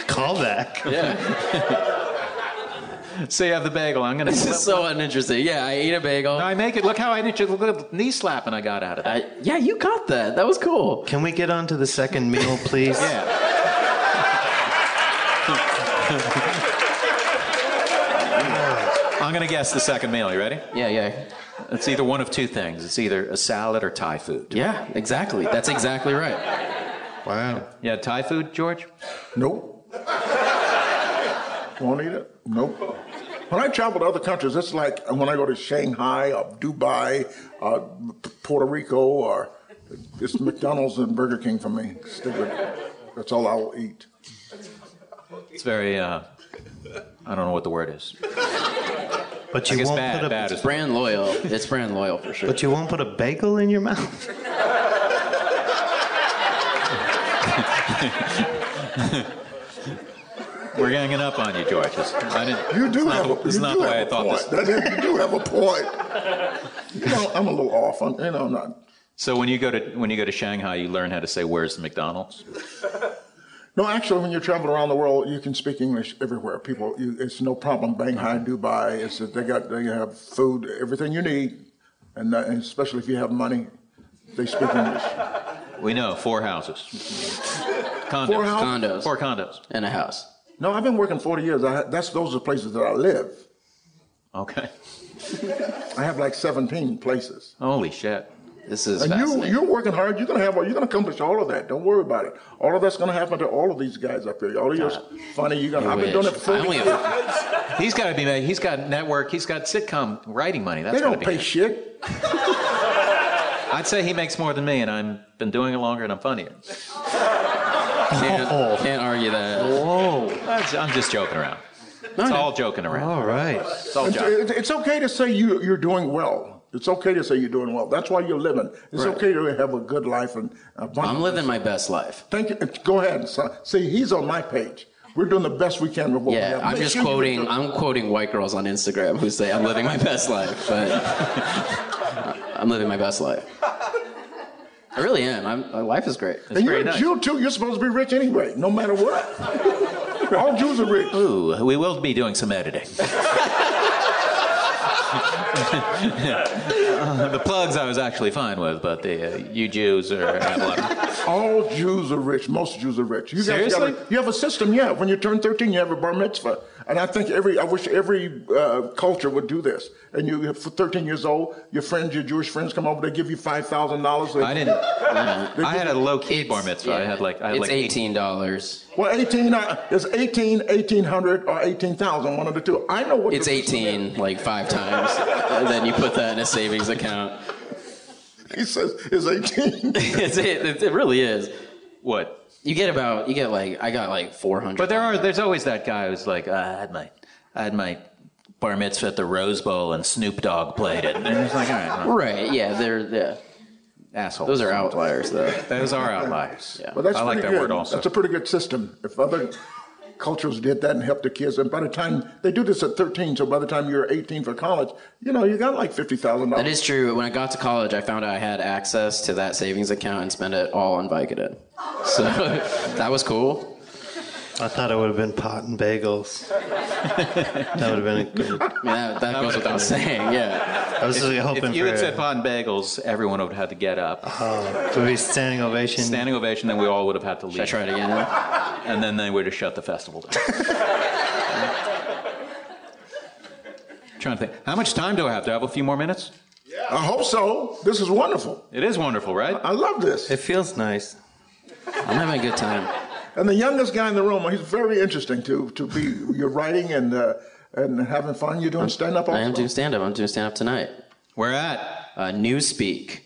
Speaker 10: Callback.
Speaker 9: yeah,
Speaker 7: So you have the bagel. I'm gonna.
Speaker 9: this is so uninteresting. Yeah, I ate a bagel.
Speaker 7: I make it. Look how I did. Look at the knee slap, and I got out of that.
Speaker 9: I, yeah, you got that. That was cool.
Speaker 10: Can we get on to the second meal, please?
Speaker 7: Yeah. I'm gonna guess the second meal. You ready?
Speaker 9: Yeah, yeah,
Speaker 7: It's either one of two things. It's either a salad or Thai food.
Speaker 9: yeah. Exactly. That's exactly right.
Speaker 10: Wow.
Speaker 7: Yeah, Thai food, George.
Speaker 5: Nope. Won't eat it. Nope. When I travel to other countries, it's like when I go to Shanghai or Dubai or Puerto Rico or it's McDonald's and Burger King for me. Stick with it. That's all I will eat.
Speaker 7: It's very. Uh, I don't know what the word is.
Speaker 10: But
Speaker 7: I
Speaker 10: you
Speaker 7: guess
Speaker 10: won't
Speaker 7: bad.
Speaker 10: put a
Speaker 7: bad is.
Speaker 9: Brand loyal. It's brand loyal for sure.
Speaker 10: But you won't put a bagel in your mouth.
Speaker 7: Were ganging up on you, George. It's, I didn't,
Speaker 5: You do
Speaker 7: it's
Speaker 5: have
Speaker 7: not,
Speaker 5: a,
Speaker 7: it's
Speaker 5: you
Speaker 7: not
Speaker 5: do
Speaker 7: the
Speaker 5: have
Speaker 7: way I
Speaker 5: a
Speaker 7: thought
Speaker 5: point.
Speaker 7: this.
Speaker 5: That is, you do have a point. You know, I'm a little off. I'm, you know, I'm not.
Speaker 7: So when you go to when you go to Shanghai, you learn how to say "Where's the McDonald's?"
Speaker 5: No, actually, when you travel around the world, you can speak English everywhere. People, you, it's no problem. Shanghai, Dubai, it's that they got they have food, everything you need, and, uh, and especially if you have money, they speak English.
Speaker 7: We know four houses, condos,
Speaker 5: Four houses?
Speaker 9: Condos.
Speaker 7: four condos.
Speaker 9: and a house.
Speaker 5: No, I've been working 40 years. I, ha- that's those are the places that I live.
Speaker 7: Okay.
Speaker 5: I have like 17 places.
Speaker 7: Holy shit.
Speaker 9: This is
Speaker 5: And you,
Speaker 9: fascinating.
Speaker 5: you're working hard. You're gonna have. You're gonna accomplish all of that. Don't worry about it. All of that's gonna happen to all of these guys up here. All of yours, funny. You're gonna.
Speaker 9: I
Speaker 5: I've been
Speaker 9: wish.
Speaker 5: doing it for 40
Speaker 9: I only
Speaker 5: years.
Speaker 9: have,
Speaker 7: He's got to be made. He's got network. He's got sitcom writing money. That's
Speaker 5: They
Speaker 7: gotta
Speaker 5: don't
Speaker 7: be
Speaker 5: pay
Speaker 7: it.
Speaker 5: shit.
Speaker 7: I'd say he makes more than me, and I've been doing it longer, and I'm funnier.
Speaker 9: can't,
Speaker 5: Oh.
Speaker 9: can't argue that.
Speaker 10: Whoa.
Speaker 7: Oh. That's- I'm just joking around.
Speaker 9: No,
Speaker 7: It's
Speaker 9: no.
Speaker 7: all joking around.
Speaker 10: All right.
Speaker 7: It's all
Speaker 5: It's,
Speaker 7: joking.
Speaker 5: it- it's okay to say you, you're doing well. It's okay to say you're doing well. That's why you're living. It's
Speaker 9: Right.
Speaker 5: okay to have a good life and abundance.
Speaker 9: I'm living my best life.
Speaker 5: Thank you. Go ahead. So, see, he's on my page. We're doing the best we can with what we
Speaker 9: Yeah,
Speaker 5: have.
Speaker 9: I'm
Speaker 5: Make
Speaker 9: just
Speaker 5: sure you
Speaker 9: quoting.
Speaker 5: do-
Speaker 9: I'm quoting white girls on Instagram who say I'm living my best life, but I'm living my best life. I really am. I'm, my life is great.
Speaker 5: and you're
Speaker 7: very
Speaker 5: a
Speaker 7: nice.
Speaker 5: Jew too. You're supposed to be rich anyway, no matter what. All Jews are rich.
Speaker 7: Ooh, we will be doing some editing. Uh, the plugs I was actually fine with, but the uh, you Jews are have a lot of-
Speaker 5: All Jews are rich. Most Jews are rich. You guys
Speaker 7: Seriously?
Speaker 5: Got a, you have a system, yeah. When you turn 13, you have a bar mitzvah, and I think every I wish every uh, culture would do this. And you, for 13 years old, your friends, your Jewish friends, come over. They give you five thousand dollars.
Speaker 7: I didn't. I had a low key bar mitzvah. I had like I had
Speaker 9: it's
Speaker 7: like
Speaker 9: eighteen dollars.
Speaker 5: Well, 18 uh, is 18, 1800, or 18,000, one of the two. I know what
Speaker 9: It's
Speaker 5: your system is.
Speaker 9: eighteen like five times, and then you put that in a savings account.
Speaker 5: He says it's 18.
Speaker 9: it's, it, it really is.
Speaker 7: what?
Speaker 9: You get about you get like I got like four hundred.
Speaker 7: But there are there's always that guy who's like "Uh, I had my I had my bar mitzvah at the Rose Bowl and Snoop Dogg played it, and it's like all right, well,
Speaker 9: right. Yeah, they're yeah.
Speaker 7: asshole.
Speaker 9: Those are outliers though.
Speaker 7: Those are outliers.
Speaker 9: Yeah.
Speaker 5: Well, that's
Speaker 7: I like
Speaker 5: pretty
Speaker 7: that
Speaker 5: good.
Speaker 7: word also.
Speaker 5: That's a pretty good system. If other cultures did that and helped their kids, and by the time they do this at 13, so by the time you're 18 for college, you know, you got like $50,000.
Speaker 9: That is true. When I got to college, I found out I had access to that savings account and spent it all on Vicodin. So that was cool.
Speaker 10: I thought it would have been pot and bagels. that would have been a good.
Speaker 9: I mean, that, that goes without saying. Yeah.
Speaker 10: I was just hoping
Speaker 7: If you
Speaker 10: for
Speaker 7: had said
Speaker 10: a,
Speaker 7: Von Bagels, everyone would have had to get up,
Speaker 5: Uh-huh.
Speaker 10: it would be standing ovation.
Speaker 7: standing ovation, then we all would have had to
Speaker 9: Should I
Speaker 7: leave.
Speaker 9: try it again?
Speaker 7: and then they were to shut the festival down. Trying to think, how much time do I have? Do I have a few more minutes?
Speaker 5: I hope so. This is wonderful.
Speaker 7: It is wonderful, right?
Speaker 5: I love this.
Speaker 10: It feels nice.
Speaker 9: I'm having a good time.
Speaker 5: And the youngest guy in the room, he's very interesting to, to be, you're writing and, uh, and having fun. You're doing stand up
Speaker 9: I am doing stand up. I'm doing stand up tonight.
Speaker 7: We're at.
Speaker 9: Uh, Newspeak.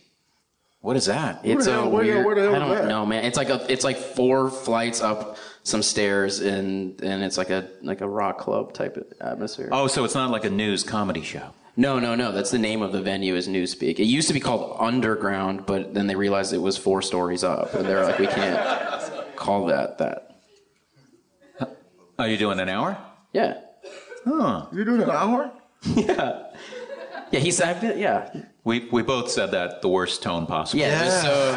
Speaker 7: What is that?
Speaker 9: It's
Speaker 5: the hell-
Speaker 9: a
Speaker 5: where the-
Speaker 9: weird.
Speaker 5: where the hell
Speaker 9: I
Speaker 5: is
Speaker 9: don't
Speaker 5: that?
Speaker 9: know, man. It's like a, it's like four flights up some stairs, and and it's like a like a rock club type of atmosphere.
Speaker 7: Oh, so it's not like a news comedy show.
Speaker 9: No, no, no. That's the name of the venue is Newspeak. It used to be called Underground, but then they realized it was four stories up, and they're like, we can't call that that.
Speaker 7: Are you doing an hour?
Speaker 9: Yeah,
Speaker 7: Huh.
Speaker 5: You're doing an hour?
Speaker 9: yeah. He said, I've been- yeah,
Speaker 7: We, we both said that the worst tone possible.
Speaker 9: yeah. It was so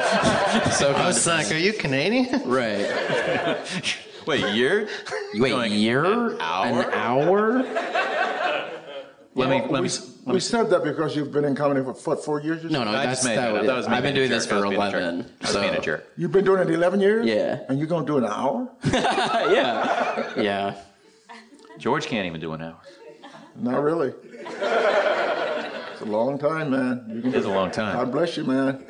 Speaker 9: so
Speaker 10: I was like, are you Canadian?
Speaker 9: right.
Speaker 7: Wait, you're
Speaker 9: You wait,
Speaker 7: Going
Speaker 9: year,
Speaker 7: an hour?
Speaker 9: an hour?
Speaker 7: Let me
Speaker 5: we,
Speaker 7: let me.
Speaker 5: we said that because you've been in comedy for what, four years?
Speaker 9: No, no.
Speaker 7: I
Speaker 9: that's
Speaker 7: just made
Speaker 9: that.
Speaker 7: that. up. That was me
Speaker 9: I've been
Speaker 7: being a
Speaker 9: doing this
Speaker 7: jerk. I
Speaker 9: for
Speaker 7: was being a jerk.
Speaker 9: eleven.
Speaker 7: I was
Speaker 9: so-
Speaker 7: being a jerk.
Speaker 5: You've been doing it 11 years?
Speaker 9: Yeah.
Speaker 5: And you're going to do an hour?
Speaker 9: yeah, yeah.
Speaker 7: George can't even do an hour.
Speaker 5: Not really. It's a long time, man. You can
Speaker 7: It is a long time.
Speaker 5: God bless you, man.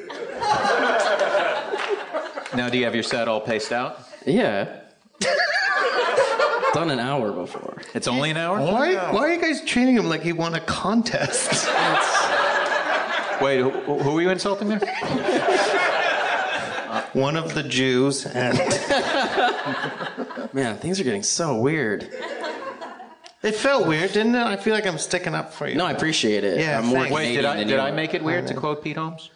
Speaker 7: Now, do you have your set all paced out?
Speaker 9: Yeah. Done an hour before.
Speaker 7: It's only an hour.
Speaker 10: Why, why are you guys treating him like he won a contest?
Speaker 7: Wait, who, who are you insulting there?
Speaker 10: One of the Jews and.
Speaker 9: Man, things are getting so weird.
Speaker 10: It felt weird, didn't it? I feel like I'm sticking up for you.
Speaker 9: No, I appreciate it.
Speaker 10: Yeah,
Speaker 9: I'm more
Speaker 10: thanks.
Speaker 7: Wait,
Speaker 9: Canadian
Speaker 7: did I
Speaker 9: than
Speaker 7: did
Speaker 9: you.
Speaker 7: I make it weird to quote Pete Holmes?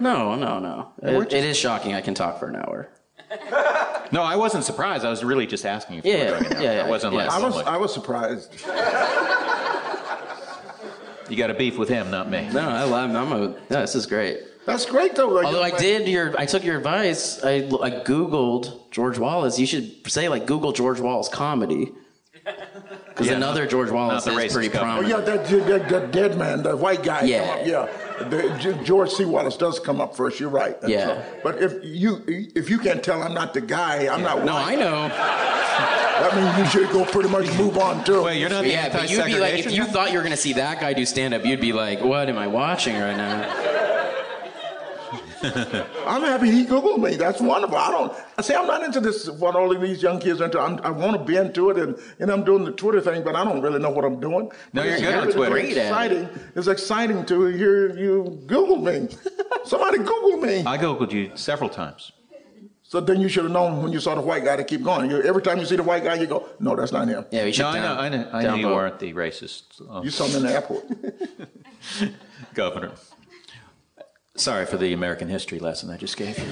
Speaker 9: No, no, no. It, it is shocking. I can talk for an hour.
Speaker 7: No, I wasn't surprised. I was really just asking if you
Speaker 9: Yeah,
Speaker 7: were going
Speaker 9: yeah,
Speaker 7: out.
Speaker 9: yeah,
Speaker 7: I wasn't
Speaker 9: yeah.
Speaker 7: like,
Speaker 9: I
Speaker 10: I was,
Speaker 7: like,
Speaker 10: I was surprised.
Speaker 7: you got a beef with him, not me.
Speaker 9: No, I love. I'm a. Yeah, this is great.
Speaker 10: That's great though. like,
Speaker 9: Although I
Speaker 10: like-
Speaker 9: did your, I took your advice. I, I googled George Wallace. You should say like Google George Wallace comedy, because
Speaker 7: Yeah,
Speaker 9: another George Wallace
Speaker 7: not the
Speaker 9: is
Speaker 7: racist
Speaker 9: pretty
Speaker 7: comedy.
Speaker 10: Oh
Speaker 9: prominent.
Speaker 10: yeah, that, that, that dead man, the white guy. come
Speaker 9: Yeah.
Speaker 10: up, yeah. The, G- George C. Wallace does come up first. You're right. And
Speaker 9: Yeah.
Speaker 10: so- but if you if you can't tell I'm not the guy, I'm not.
Speaker 9: No,
Speaker 10: white,
Speaker 9: I know.
Speaker 10: That means you should go pretty much move on too.
Speaker 7: Wait, you're not
Speaker 9: Yeah,
Speaker 7: the
Speaker 9: but you'd be like, if you thought you were gonna see that guy do stand up, you'd be like, what am I watching right now?
Speaker 10: I'm happy he Googled me. That's wonderful. I don't. I say I'm not into this. What all of these young kids are into. I'm, I want to be into it, and, and I'm doing the Twitter thing, but I don't really know what I'm doing.
Speaker 7: No,
Speaker 10: But
Speaker 7: you're
Speaker 10: it's
Speaker 7: good on
Speaker 10: really
Speaker 7: Twitter.
Speaker 9: Great at it.
Speaker 10: Exciting. It's exciting to hear you Google me. Somebody Google me.
Speaker 7: I googled you several times.
Speaker 10: So then you should have known when you saw the white guy to keep going. You, every time you see the white guy, you go, no, that's not him.
Speaker 9: Yeah, we should.
Speaker 7: No, I know,
Speaker 9: down-
Speaker 7: I know, I know you
Speaker 9: downvote.
Speaker 7: weren't the racist uh,
Speaker 10: You saw him in the airport.
Speaker 7: governor. Sorry for the American history lesson I just gave you.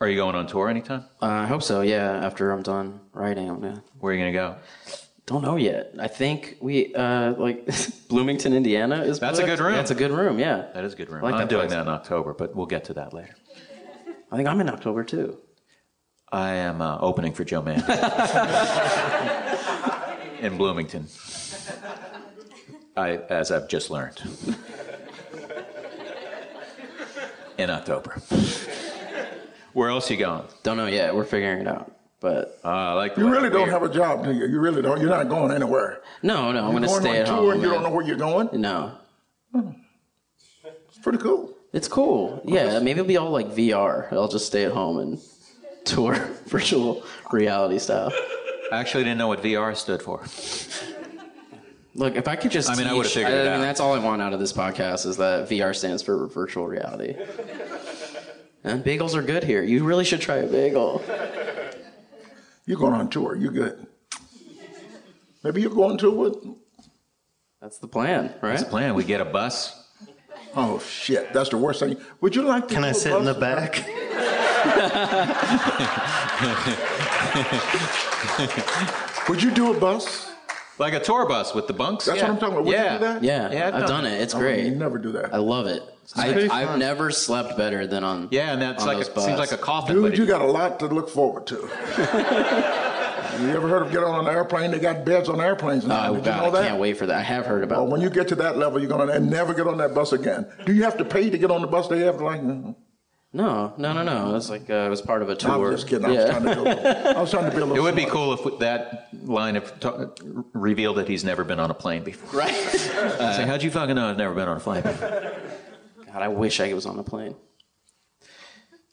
Speaker 7: Are you going on tour anytime?
Speaker 9: Uh, I hope so. Yeah, after I'm done writing, I'm gonna.
Speaker 7: Where are you going to go?
Speaker 9: Don't know yet. I think we uh, like Bloomington, Indiana is.
Speaker 7: That's a
Speaker 9: booked.
Speaker 7: good room.
Speaker 9: That's a good room. Yeah.
Speaker 7: That is a good room.
Speaker 9: I like
Speaker 7: I'm
Speaker 9: that
Speaker 7: doing
Speaker 9: place.
Speaker 7: that in October, but we'll get to that later.
Speaker 9: I think I'm in October too.
Speaker 7: I am uh, opening for Joe Mandy in Bloomington. I, as I've just learned, in October. Where else you going?
Speaker 9: Don't know yet. We're figuring it out. But
Speaker 7: Uh, I like the
Speaker 10: You
Speaker 7: way-
Speaker 10: really don't
Speaker 7: weird.
Speaker 10: have a job, do you? You really don't. You're not going anywhere.
Speaker 9: no, no, I'm
Speaker 10: you're
Speaker 9: gonna
Speaker 10: going
Speaker 9: stay
Speaker 10: on
Speaker 9: at
Speaker 10: tour
Speaker 9: home.
Speaker 10: and you
Speaker 9: man.
Speaker 10: don't know where you're going. Hmm.
Speaker 9: No,
Speaker 10: It's pretty cool.
Speaker 9: it's cool. Yeah, maybe it'll be all like VR. I'll just stay at home and tour virtual reality stuff.
Speaker 7: I actually didn't know what VR stood for.
Speaker 9: Look, if I could just
Speaker 7: I mean, I would've
Speaker 9: teach-
Speaker 7: figured it
Speaker 9: I mean,
Speaker 7: out.
Speaker 9: that's all I want out of this podcast is that VR stands for virtual reality. and bagels are good here. You really should try a bagel.
Speaker 10: You're going on tour. You're good. Maybe you're going to with.
Speaker 9: That's the plan, right?
Speaker 7: That's the plan. We get a bus.
Speaker 10: Oh shit! That's the worst thing. Would you like? To
Speaker 5: Can
Speaker 10: do
Speaker 5: I
Speaker 10: a
Speaker 5: sit in the
Speaker 10: bus-
Speaker 5: back?
Speaker 10: Would you do a bus?
Speaker 7: Like a tour bus with the bunks?
Speaker 10: That's
Speaker 7: yeah.
Speaker 10: what I'm talking about. Would you
Speaker 7: yeah.
Speaker 10: do that?
Speaker 9: Yeah,
Speaker 7: Yeah, I've
Speaker 9: I've
Speaker 7: done
Speaker 9: done it. Oh, It's
Speaker 10: You
Speaker 9: great.
Speaker 10: never do that.
Speaker 9: I love it. I,
Speaker 5: pretty
Speaker 9: I've
Speaker 5: fun.
Speaker 9: never slept better than on.
Speaker 7: Yeah, and that's
Speaker 9: on
Speaker 7: like a,
Speaker 9: those bus.
Speaker 7: seems like a coffin. but
Speaker 10: Dude,
Speaker 7: it-
Speaker 10: you got a lot to look forward to. you ever heard of getting on an airplane? They got beds on airplanes now.
Speaker 9: Oh
Speaker 10: Did
Speaker 9: God,
Speaker 10: you know
Speaker 9: I
Speaker 10: that?
Speaker 9: can't wait for that. I have heard about.
Speaker 10: Well, when you get to that level, you're gonna never get on that bus again. Do you have to pay to get on the bus? They have to like. mm,
Speaker 9: No, no, no, no. It was like uh, it was part of a
Speaker 10: I
Speaker 9: tour.
Speaker 10: was just kidding. I was
Speaker 9: Yeah.
Speaker 10: trying to go. I was trying to be a little.
Speaker 7: It would be
Speaker 10: smart.
Speaker 7: cool if that line of ta- revealed that he's never been on a plane before.
Speaker 9: right.
Speaker 7: Uh, Say, how'd you fucking know I've never been on a plane? before?"
Speaker 9: God, I wish I was on a plane.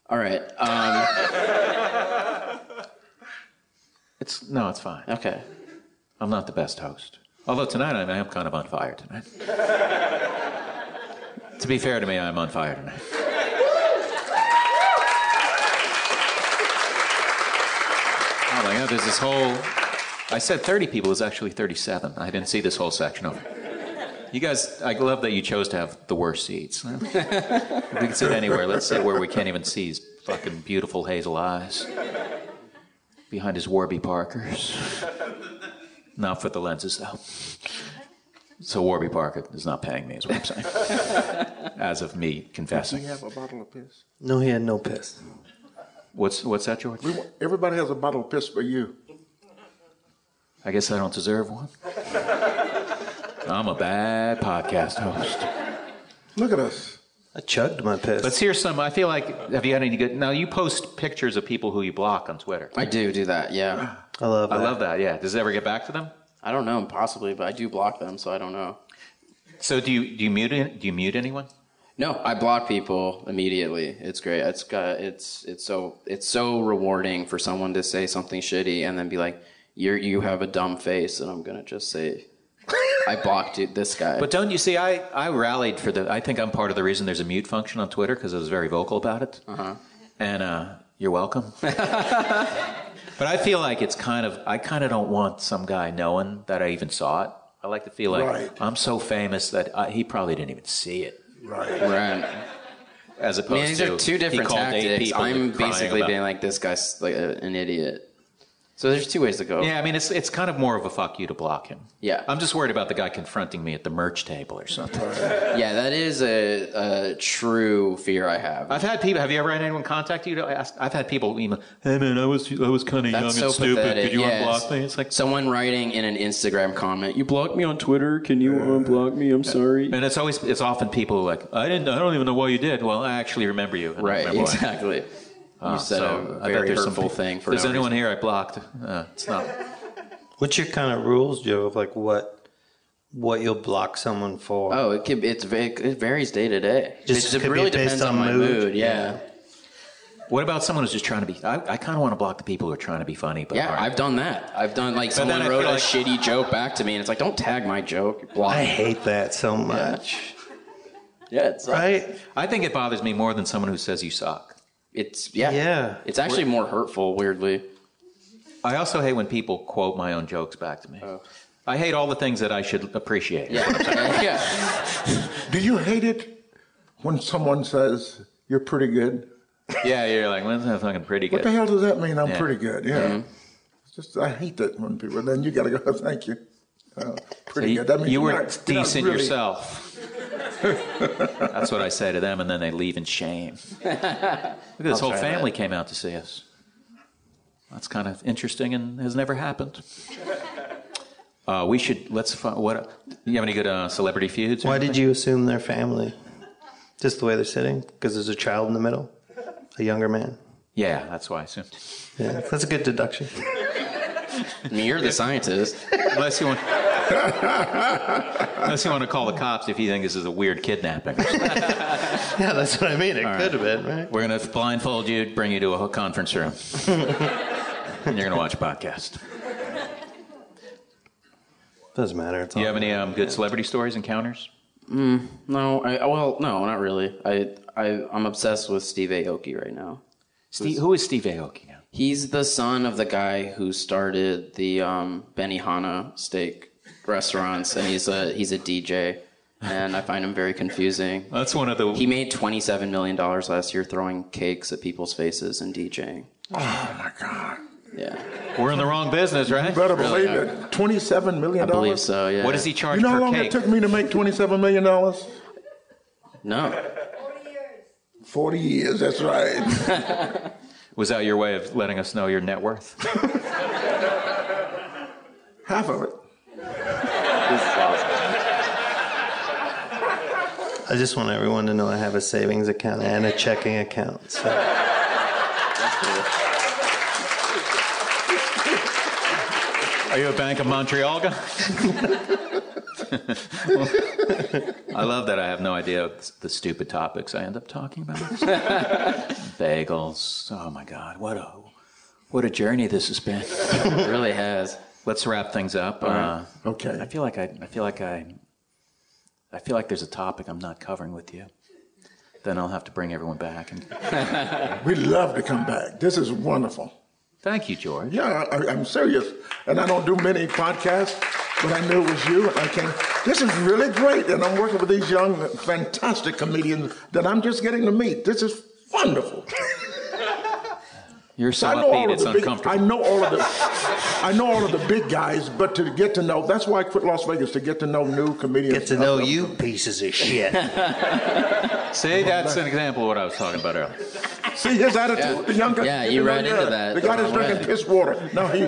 Speaker 9: All right. Um,
Speaker 7: It's no, it's fine.
Speaker 9: okay.
Speaker 7: I'm not the best host. Although tonight I am kind of on fire tonight. to be fair to me, I'm on fire tonight. oh my God, there's this whole. I said 30 people, it's actually 37. I didn't see this whole section over. You guys, I love that you chose to have the worst seats. we can sit anywhere. Let's sit where we can't even see his fucking beautiful hazel eyes. Behind his Warby Parkers. Not for the lenses, though. So Warby Parker is not paying me, is what I'm saying. As of me confessing.
Speaker 10: You have a bottle of piss.
Speaker 5: No, he had no piss.
Speaker 7: What's what's that, George?
Speaker 10: We want- Everybody has a bottle of piss for you.
Speaker 7: I guess I don't deserve one. I'm a bad podcast host.
Speaker 10: Look at us.
Speaker 5: I chugged my piss.
Speaker 7: Let's hear some. I feel like have you had any good? Now you post pictures of people who you block on Twitter.
Speaker 9: I do do that. Yeah.
Speaker 5: I love.
Speaker 7: I
Speaker 5: that.
Speaker 7: love that. Yeah. Does it ever get back to them?
Speaker 9: I don't know, possibly, but I do block them, so I don't know.
Speaker 7: So do you do you mute any- do you mute anyone?
Speaker 9: No, I block people immediately. It's great. It's got it's it's so it's so rewarding for someone to say something shitty and then be like, "You are you have a dumb face," and I'm gonna just say, "I blocked you, this guy."
Speaker 7: But don't you see? I, I rallied for the. I think I'm part of the reason there's a mute function on Twitter because I was very vocal about it.
Speaker 9: Uh-huh.
Speaker 7: And uh, you're welcome. but I feel like it's kind of. I kind of don't want some guy knowing that I even saw it. I like to feel like
Speaker 10: Right.
Speaker 7: I'm so famous that I, he probably didn't even see it.
Speaker 10: Right.
Speaker 9: Right.
Speaker 7: as
Speaker 9: I mean,
Speaker 7: opposed
Speaker 9: these
Speaker 7: to
Speaker 9: are two
Speaker 7: he
Speaker 9: different
Speaker 7: called eight
Speaker 9: tactics.
Speaker 7: people
Speaker 9: I'm
Speaker 7: crying
Speaker 9: basically
Speaker 7: about-
Speaker 9: being like this guy's like a, an idiot. So there's two ways to go.
Speaker 7: Yeah, I mean, it's it's kind of more of a fuck you to block him.
Speaker 9: Yeah.
Speaker 7: I'm just worried about the guy confronting me at the merch table or something.
Speaker 9: yeah, that is a, a true fear I have.
Speaker 7: I've had people. Have you ever had anyone contact you to ask? I've had people email, "Hey man, I was I was kind of young and stupid. Could you
Speaker 9: yeah,
Speaker 7: unblock me?"
Speaker 9: It's like someone writing in an Instagram comment, "You blocked me on Twitter. Can you unblock me? I'm sorry."
Speaker 7: And it's always it's often people who are like, "I didn't. I don't even know why you did." Well, I actually remember you. and I
Speaker 9: Right,
Speaker 7: remember why.
Speaker 9: exactly.
Speaker 7: Uh,
Speaker 9: you said
Speaker 7: so I
Speaker 9: a
Speaker 7: bet
Speaker 9: very
Speaker 7: there's some
Speaker 9: hurtful
Speaker 7: pe-
Speaker 9: thing for
Speaker 7: There's
Speaker 9: no
Speaker 7: anyone
Speaker 9: reason.
Speaker 7: here I blocked. Uh, it's not.
Speaker 13: What's your kind of rules, Joe, of like what what you'll block someone for?
Speaker 9: Oh, it can, it's va- it varies day to day.
Speaker 13: Just
Speaker 9: it
Speaker 13: could be
Speaker 9: really
Speaker 13: based
Speaker 9: depends
Speaker 13: on
Speaker 9: on, my
Speaker 13: mood.
Speaker 9: mood. Yeah,
Speaker 7: What about someone who's just trying to be? I, I kind of want to block the people who are trying to be funny, but
Speaker 9: yeah.
Speaker 7: aren't.
Speaker 9: I've done that. I've done like
Speaker 7: But
Speaker 9: someone
Speaker 7: then I
Speaker 9: wrote a
Speaker 7: feel like-
Speaker 9: shitty joke back to me, and it's like, don't tag my joke. you Block.
Speaker 13: I
Speaker 9: me."
Speaker 13: hate that so much.
Speaker 9: Yeah, it's
Speaker 13: Right?
Speaker 7: I think it bothers me more than someone who says you suck.
Speaker 9: It's yeah.
Speaker 13: Yeah.
Speaker 9: It's actually more hurtful, weirdly.
Speaker 7: I also hate when people quote my own jokes back to me. I hate all the things that I should appreciate.
Speaker 9: Yeah. yeah.
Speaker 10: Do you hate it when someone says you're pretty good?
Speaker 7: Yeah, you're like, when's that fucking pretty
Speaker 10: What the
Speaker 7: good?
Speaker 10: hell does that mean? I'm
Speaker 7: Yeah. Mm-hmm.
Speaker 10: pretty good. Yeah. It's just I hate that when people. Then you got to go. Thank you. Uh, pretty
Speaker 7: You,
Speaker 10: good. That means
Speaker 7: you
Speaker 10: you're
Speaker 7: were
Speaker 10: not- you're not
Speaker 7: decent
Speaker 10: really-
Speaker 7: yourself. That's what I say to them, and then they leave in shame. Look at this whole
Speaker 9: try that.
Speaker 7: family came out to see us. That's kind of interesting and has never happened. Uh, we should let's. fi- What you have any good uh, celebrity feuds? or
Speaker 13: Why
Speaker 7: anything?
Speaker 13: did you assume their family? Just the way they're sitting? Because there's a child in the middle, a younger man.
Speaker 7: Yeah, that's why I assumed.
Speaker 13: Yeah, that's a good deduction.
Speaker 9: I mean, you're the scientist.
Speaker 7: Unless you want, unless you want to call the cops if you think this is a weird kidnapping.
Speaker 13: Yeah, that's what I mean. It
Speaker 7: right.
Speaker 13: could have been, right?
Speaker 7: We're gonna blindfold you, bring you to a conference room, and you're gonna watch a podcast.
Speaker 13: Doesn't matter. It's
Speaker 7: Do you
Speaker 13: all
Speaker 7: have any um, good celebrity stories, encounters?
Speaker 9: No, I well, no, not really. I I I'm obsessed with Steve Aoki right now.
Speaker 7: Steve, who is Steve Aoki now?
Speaker 9: He's the son of the guy who started the um, Benihana steak restaurants, and he's a he's a DJ, and I find him very confusing.
Speaker 7: That's one of the.
Speaker 9: He made twenty seven million dollars last year throwing cakes at people's faces and DJing.
Speaker 10: Oh my God.
Speaker 9: Yeah,
Speaker 7: we're in the wrong business, right?
Speaker 10: Better believe it. Twenty-seven million
Speaker 9: I
Speaker 10: dollars.
Speaker 9: believe so. Yeah.
Speaker 7: What does he charge
Speaker 10: You know how
Speaker 7: per
Speaker 10: long
Speaker 7: cake?
Speaker 10: it took me to make twenty-seven million dollars?
Speaker 9: No.
Speaker 10: Forty years. That's right.
Speaker 7: Was that your way of letting us know your net worth?
Speaker 10: Half of it.
Speaker 13: I just want everyone to know I have a savings account and a checking account. So
Speaker 7: Are you a Bank of Montreal guy? I love that I have no idea the stupid topics I end up talking about. Bagels. Oh my God, what a what a journey this has been.
Speaker 9: It really has.
Speaker 7: Let's wrap things up. Uh,
Speaker 10: Okay.
Speaker 7: I feel like I, I feel like I I feel like there's a topic I'm not covering with you. Then I'll have to bring everyone back. And
Speaker 10: We'd love to come back. This is wonderful.
Speaker 7: thank you, George.
Speaker 10: Yeah, I, I'm serious. And I don't do many podcasts, but I knew it was you. And I came, this is really great. And I'm working with these young, fantastic comedians that I'm just getting to meet. This is wonderful.
Speaker 7: You're so
Speaker 10: I know all
Speaker 7: upbeat,
Speaker 10: of
Speaker 7: it's
Speaker 10: the big,
Speaker 7: uncomfortable.
Speaker 10: I know all of the, I know all of the big guys, but to get to know, that's why I quit Las Vegas to get to know new comedians.
Speaker 13: get to know you pieces of shit.
Speaker 7: See, that's an example of what I was talking about earlier.
Speaker 10: See his attitude. The young guy.
Speaker 9: Yeah, you
Speaker 10: the
Speaker 9: ran
Speaker 10: young
Speaker 9: into
Speaker 10: guy,
Speaker 9: that
Speaker 10: The guy
Speaker 9: the
Speaker 10: that's
Speaker 9: wrong
Speaker 10: drinking
Speaker 9: way.
Speaker 10: piss water. No, he.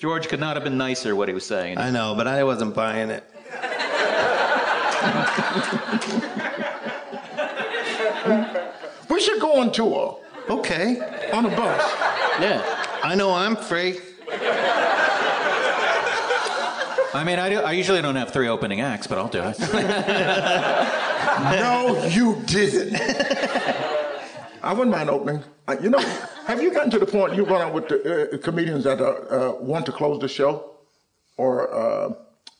Speaker 7: George could not have been nicer what he was saying.
Speaker 13: I know, but I wasn't buying it.
Speaker 10: We should go on tour
Speaker 13: Okay,
Speaker 10: on a bus.
Speaker 9: Yeah.
Speaker 13: I know I'm free.
Speaker 7: I mean, I, do, I usually don't have three opening acts, but I'll do it.
Speaker 10: No, you didn't. I wouldn't mind opening. Uh, you know, have you gotten to the point you run out with the uh, comedians that uh, uh, want to close the show, or uh,